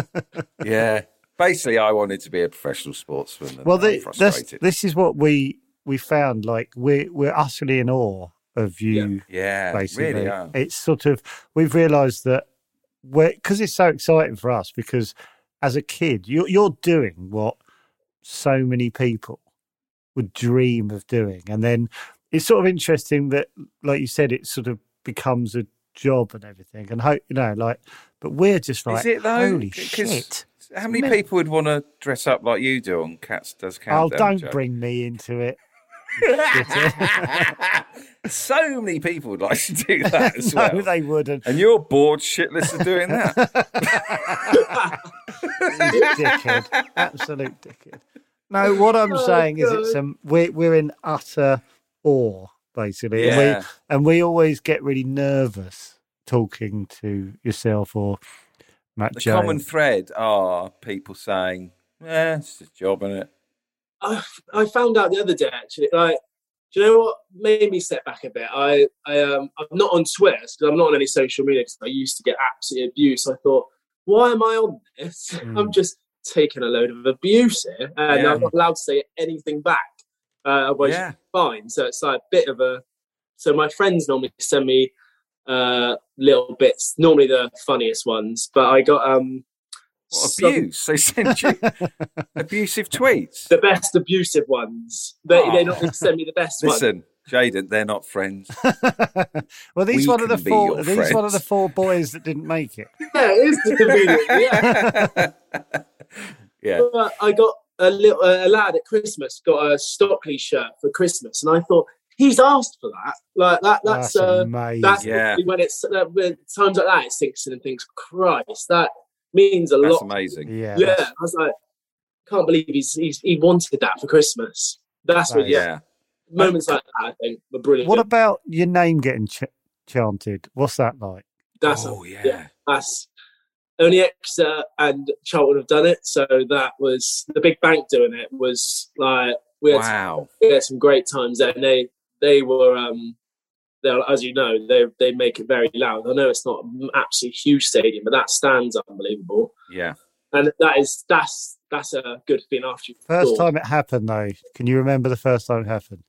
A: Yeah. Basically, I wanted to be a professional sportsman. And
B: Well,
A: I'm
B: the, that's,
A: frustrated.
B: this is what we we found. Like we're we're utterly in awe of you.
A: yeah,
B: Basically,
A: really. Are.
B: it's sort of we've realised that because it's so exciting for us because as a kid you're, you're doing what so many people would dream of doing and then it's sort of interesting that like you said it sort of becomes a job and everything and hope you know like but we're just like
A: Is it though?
B: holy
A: 'Cause
B: shit
A: How many people would want to dress up like you do on Cats Does
B: oh
A: Countdown?
B: don't
A: Joe?
B: bring me into it
A: so many people would like to do that as
B: no
A: well.
B: they wouldn't
A: And you're bored shitless of doing that.
B: dickhead absolute dickhead no what i'm
C: Oh,
B: saying is it's um we're, we're in utter awe basically and we-
A: Yeah.
B: and we always get really nervous talking to yourself or Matt
A: The
B: Jones.
A: common thread are people saying, eh, it's just a job, is it?
C: I, I found out the other day actually. Like, do you know what made me step back a bit? I, I um, I'm not on Twitter because I'm not on any social media because I used to get absolutely abused. I thought, why am I on this? I'm just taking a load of abuse here, and
A: Mm. Yeah.
C: I'm not allowed to say anything back. Uh, otherwise,
A: Yeah.
C: you fine. So it's like a bit of a. So my friends normally send me uh little bits, normally the funniest ones, but I got um
A: What
C: some-
A: abuse? They send you abusive tweets.
C: the best abusive ones. They
A: Oh.
C: they not gonna send me the best ones.
A: Listen, Jaden, they're not friends.
B: well, these
A: We
B: one of the
A: can be
B: four.
A: your
B: These one of the
A: friends.
B: four boys that didn't make it.
C: Yeah, it is convenient. Yeah.
A: Yeah.
C: But I got a little a lad at Christmas got a Stockley shirt for Christmas, and I thought he's asked for that. Like that. That's,
B: That's
C: uh,
B: amazing.
C: that's
A: Yeah.
C: when it's uh, when times like that it sinks in and thinks, Christ, that means a
A: That's
C: lot.
A: amazing.
B: yeah,
C: Yeah,
B: that's-
C: I was like, can't believe he's, he's he wanted that for Christmas. That's what.
B: Nice.
C: Yeah,
A: Yeah.
C: moments like that I think were brilliant.
B: What about your name getting ch- chanted? What's that like?
C: that's
A: oh, yeah.
C: yeah. that's only Exeter and Charlton have done it. So that was the big bank doing it was like we had,
A: Wow.
C: we had some great times there. And they they were um they are as you know they they make it very loud. I know it's not an absolutely huge stadium, but that stands unbelievable.
A: Yeah.
C: And that is that's that's a good thing after you
B: First time it happened, though. Can you remember the first time it happened?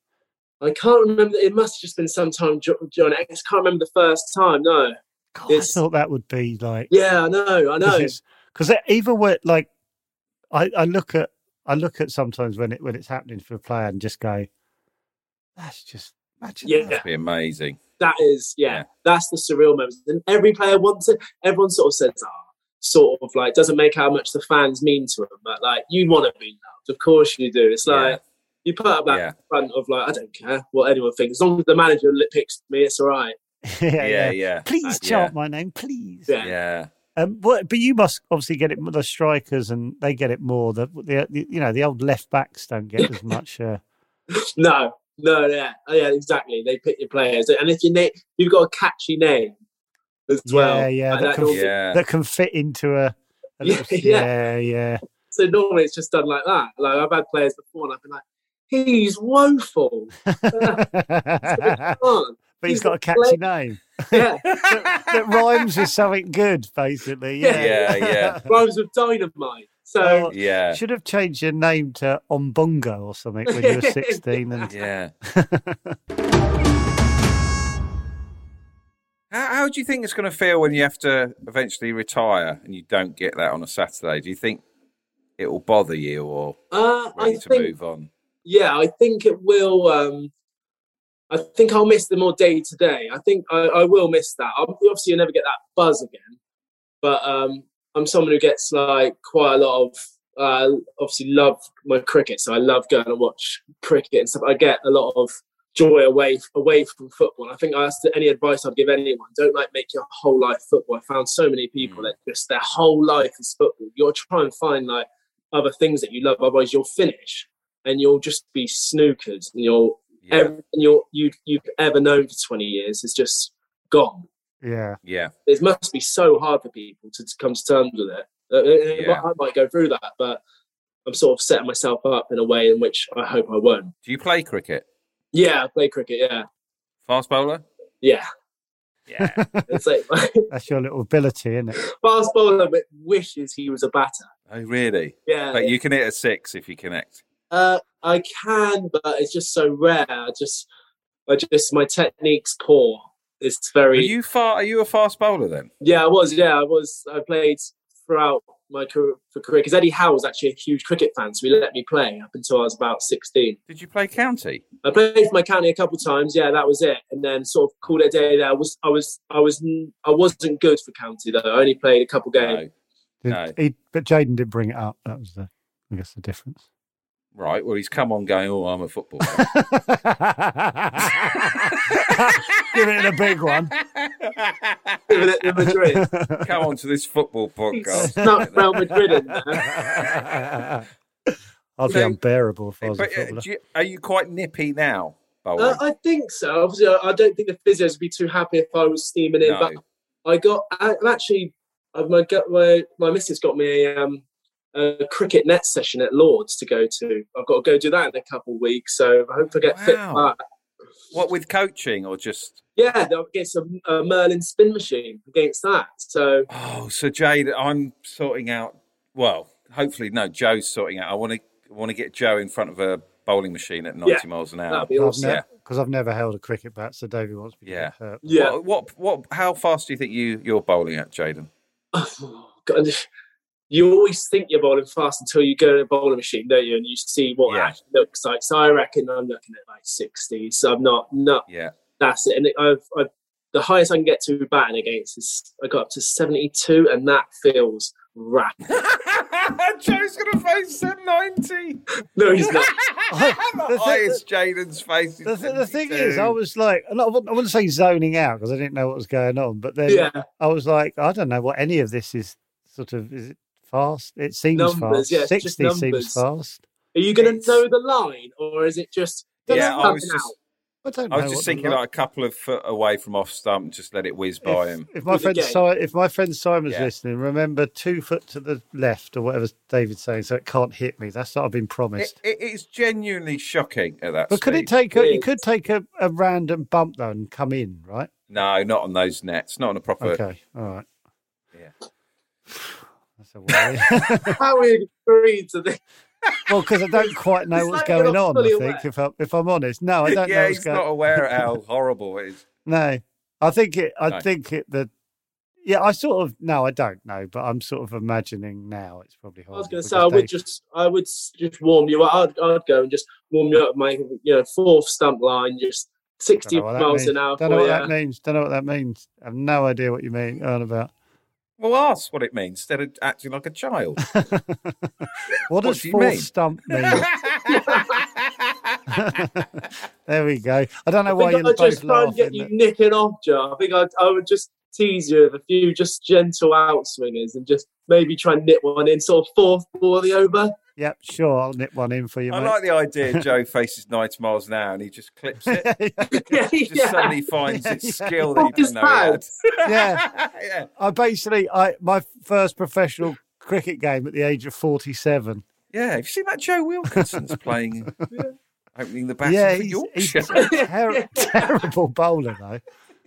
C: I can't remember. It must have just been sometime Jo- John. I just can't remember the first time. No.
B: God, I
C: It's-
B: thought that would be like
C: Yeah, I know. I know.
B: because even with like, I, I look at I look at sometimes when it when it's happening for a player and just go, that's just imagine.
C: Yeah.
B: that."
A: That'd be amazing.
C: That is, yeah,
A: Yeah.
C: that's the surreal moment. And every player wants it. Everyone sort of says, ah, sort of like, doesn't make how much the fans mean to them, but like, you want to be loved. Of course you do. It's like, you put up that
A: Yeah.
C: front of like, I don't care what anyone thinks. As long as the manager li- picks me, it's all right.
B: yeah,
A: Yeah.
B: yeah.
A: Yeah.
B: Please
A: Yeah.
B: chant my name, please.
A: Yeah.
C: Yeah.
B: Um, but, but you must obviously get it. The strikers and they get it more. The, the, the you know the old left backs don't get as much. Uh,
C: No, no, yeah, Oh, yeah, exactly. They pick your players. And if your name, you've got a catchy name as
B: yeah,
C: well.
B: yeah,
C: Like,
B: that
C: that
B: can,
C: normally-
A: Yeah.
B: that can fit into a. a
C: Yeah,
B: little, yeah,
C: yeah.
B: yeah,
C: So normally it's just done like that. Like, I've had players before and I've been like, he's woeful.
B: but
C: Oh,
B: he's got a catchy name
C: yeah.
B: that rhymes with something good, basically.
C: Yeah.
B: Yeah,
A: Yeah. Yeah.
C: rhymes with dynamite. So
B: Oh,
A: Yeah.
B: Should have changed your name to Ombongo or something when you were sixteen. And
A: Yeah. How, how do you think it's going to feel when you have to eventually retire and you don't get that on a Saturday? Do you think it will bother you or
C: uh, I
A: ready to
C: think,
A: move on?
C: yeah, I think it will. Um, I think I'll miss the more day to day. I think I, I will miss that. Ob- Obviously, you'll never get that buzz again. But um, I'm someone who gets like quite a lot of. Uh, obviously, love my cricket, so I love going and watch cricket and stuff. I get a lot of joy away away from football. I think that's the- any advice I'd give anyone. Don't like make your whole life football. I found so many people that just their whole life is football. You'll try and find like other things that you love, otherwise you'll finish and you'll just be snookered and you'll
A: Yeah.
C: everything you're, you you've ever known for 20 years is just gone.
B: yeah,
A: Yeah.
C: It must be so hard for people to, to come to terms with it. Uh,
A: Yeah.
C: I might go through that, but I'm sort of setting myself up in a way in which I hope I won't.
A: Do you play cricket?
C: Yeah, I play cricket. Yeah,
A: Fast bowler?
C: yeah.
A: Yeah.
C: It's like my
B: that's your little ability, isn't it?
C: fast bowler but wishes he was a batter.
A: oh, really?
C: Yeah,
A: But you can hit a six if you connect.
C: uh, I can, but it's just so rare. I just, I just my technique's poor. It's very.
A: Are you far? Are you a fast bowler then?
C: Yeah, I was. Yeah, I was. I played throughout my career because Eddie Howe was actually a huge cricket fan, so he let me play up until I was about sixteen.
A: Did you play county?
C: I played for my county a couple times. Yeah, that was it. And then sort of called it a day there. I was, I was, I was, I wasn't good for county though. I only played a couple games.
A: No.
B: He, but Jaden did bring it up. That was the, I guess, the difference.
A: Right. Well, he's come on going. Oh, I'm a football. fan."
B: Give it a big one.
C: Giving it to Madrid.
A: come on to this football podcast.
C: Snuck Real Madrid in there.
B: I'd be
A: So-
B: unbearable if I was a
A: But, uh,
B: footballer.
A: do you- are you quite nippy now, Bowen?
C: Uh, I think so. Obviously, I I don't think the physios would be too happy if I was steaming in.
A: no.
C: But I got I I've actually I've- my gu- my my missus got me a, um, a cricket net session at Lords to go to. I've got to go do that in a couple of weeks, so I hope I get fit.
A: Wow.
C: for that.
A: What with coaching or just?
C: Yeah, they'll get some a Merlin spin machine against that. So
A: Oh, so Jade, I'm sorting out. Well, hopefully, no. Joe's sorting out. I want to want to get Joe in front of a bowling machine at 90
C: Yeah,
A: miles an
C: that'd
A: hour.
C: be
B: Because
C: awesome.
A: Yeah.
B: I've never held a cricket bat, so Davey wants me to
A: Yeah.
B: get hurt.
C: Yeah.
A: What, what? What? How fast do you think you you're bowling at, Jaden?
C: God, you always think you're bowling fast until you go in a bowling machine, don't you? And you see what
A: Yeah.
C: it actually looks like. So I reckon I'm looking at like 60. So I'm not not
A: Yeah.
C: that's it. And I've, I've the highest I can get to batting against is I got up to 72, and that feels rapid.
A: Joe's gonna face said 90.
C: No, he's not.
A: the
B: the thi-
A: highest Jaden's face.
B: The,
A: Is
B: th- the thing is,
A: 72.
B: I was like, I wouldn't I wouldn't say zoning out because I didn't know what was going on, but then
C: yeah,
B: I was like, I don't know what any of this is sort of, is it fast? It seems
C: Numbers,
B: fast.
C: yeah, it's just
B: 60 seems
C: numbers.
B: fast.
C: are you going
A: It's-
C: to know the line, or is it just
A: Yeah, I
C: Doesn't
A: was
C: happen
A: just.
B: I don't know.
A: I was
B: what
A: just
B: the
A: thinking
B: lo-
A: like a couple of foot away from off stump, just let it whiz by
B: if,
A: him.
B: if my
C: With the
B: friend
C: game.
B: si- if my friend Simon's
A: Yeah.
B: listening, remember two foot to the left or whatever David's saying, so it can't hit me. That's what I've been promised.
A: It, it is genuinely shocking at that.
B: but could it
A: speed.
B: take? A,
C: It
B: you could take a, a random bump though and come in, right?
A: No, not on those nets. Not on a proper.
B: okay, all right.
A: Yeah.
B: That's a worry.
C: how we agree to this?
B: well, because I don't quite know
C: It's
B: what's
C: like you're
B: going
C: not
B: on. I
C: fully
B: think
C: aware.
B: if I, if I'm honest, no, I don't know
A: yeah,
B: what's
A: he's
B: going.
A: not aware how horrible it is.
B: No, I think it. I
A: No.
B: think it. The yeah, I sort of no, I don't know, but I'm sort of imagining now. It's probably
C: I
B: hard.
C: was going to say I would just I would s- just warm you up. I'd, I'd go and just warm you up, my you know fourth stump line, just 60
B: Don't know what that
C: miles
B: means.
C: an hour.
B: Don't know
C: for
B: what
C: ya.
B: that means. Don't know what that means. I have no idea what you mean on about.
A: Well, ask what it means instead of acting like a child.
B: What does
A: do you
B: fourth
A: mean?
B: stump mean? there we go. I don't know
C: I
B: why
C: think
B: you're
C: I'd just
B: both
C: try and get
B: laughing.
C: you
B: at-
C: nicking off, Joe. I think I'd, I would just tease you with a few just gentle outswingers and just maybe try and nip one in, sort of fourth ball of the over.
B: Yep, sure. I'll nip one in for you,
A: I
B: mate.
A: like the idea Joe faces 90 miles an hour and he just clips it.
C: yeah,
A: Just suddenly finds
B: Yeah,
A: its
B: yeah.
A: skill that he
C: Just
A: didn't know he had.
B: Yeah.
A: yeah.
B: I basically, I my first professional cricket game at the age of forty-seven.
A: Yeah. Have you seen that Joe Wilkinson's playing, opening the batting
B: yeah,
A: for
B: he's, he's
A: Yorkshire?
B: a ter- terrible bowler though.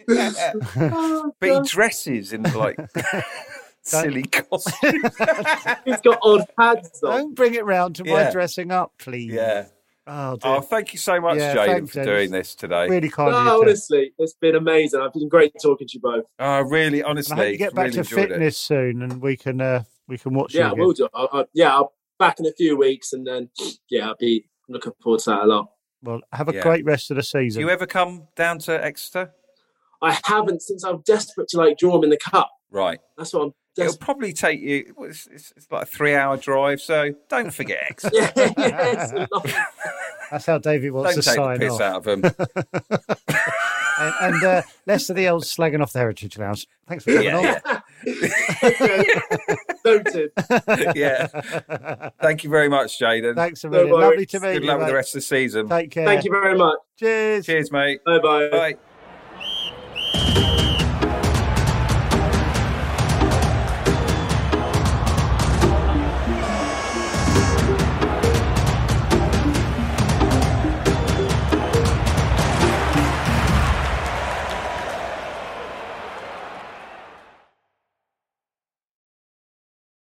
A: Yeah.
C: Oh,
A: But he
C: God.
A: dresses in like silly costume.
C: He's got odd pads on.
B: Don't bring it round to
A: Yeah.
B: my dressing up, please.
A: yeah.
B: Oh, dear.
A: Oh, thank you so much,
B: Yeah,
A: Jaden,
B: thanks,
A: for
B: James.
A: doing this today.
B: really kind of
C: No,
B: you. to-
C: honestly, it's been amazing. I've been great talking to you both.
A: Oh, really,
B: And
A: honestly,
B: I hope you get back
A: really
B: to
A: enjoyed
B: fitness soon, and we can uh, we can watch
C: Yeah, I
B: you.
C: will
B: Again.
C: do. I, I, yeah, I'll back in a few weeks, and then yeah, I'll be looking forward to that a lot.
B: Well, have a
A: Yeah.
B: great rest of the
A: it.
B: season.
A: You ever come down to Exeter?
C: I haven't since I'm desperate to like draw them in the cup.
A: Right.
C: That's what I'm
A: It'll
C: desperate.
A: probably take you. well, It's, it's, it's like a three-hour drive, so don't forget Exeter.
C: yeah, yeah, it's a lot.
B: That's how David
A: don't
B: wants
A: take
B: to
A: the
B: sign
A: piss
B: off.
A: out of them.
B: And, and uh, less of the old slagging off the Heritage Lounge. Thanks for
A: Yeah,
B: coming
A: yeah,
C: Noted.
B: on.
A: yeah. Thank you very much, Jaden.
B: Thanks a
C: No
B: million.
C: worries.
B: Lovely to meet
A: Good
B: you.
A: luck with the
B: mate.
A: rest of the season.
B: Take care.
C: Thank you very much.
B: Cheers.
A: Cheers, mate.
C: Bye bye.
A: Bye.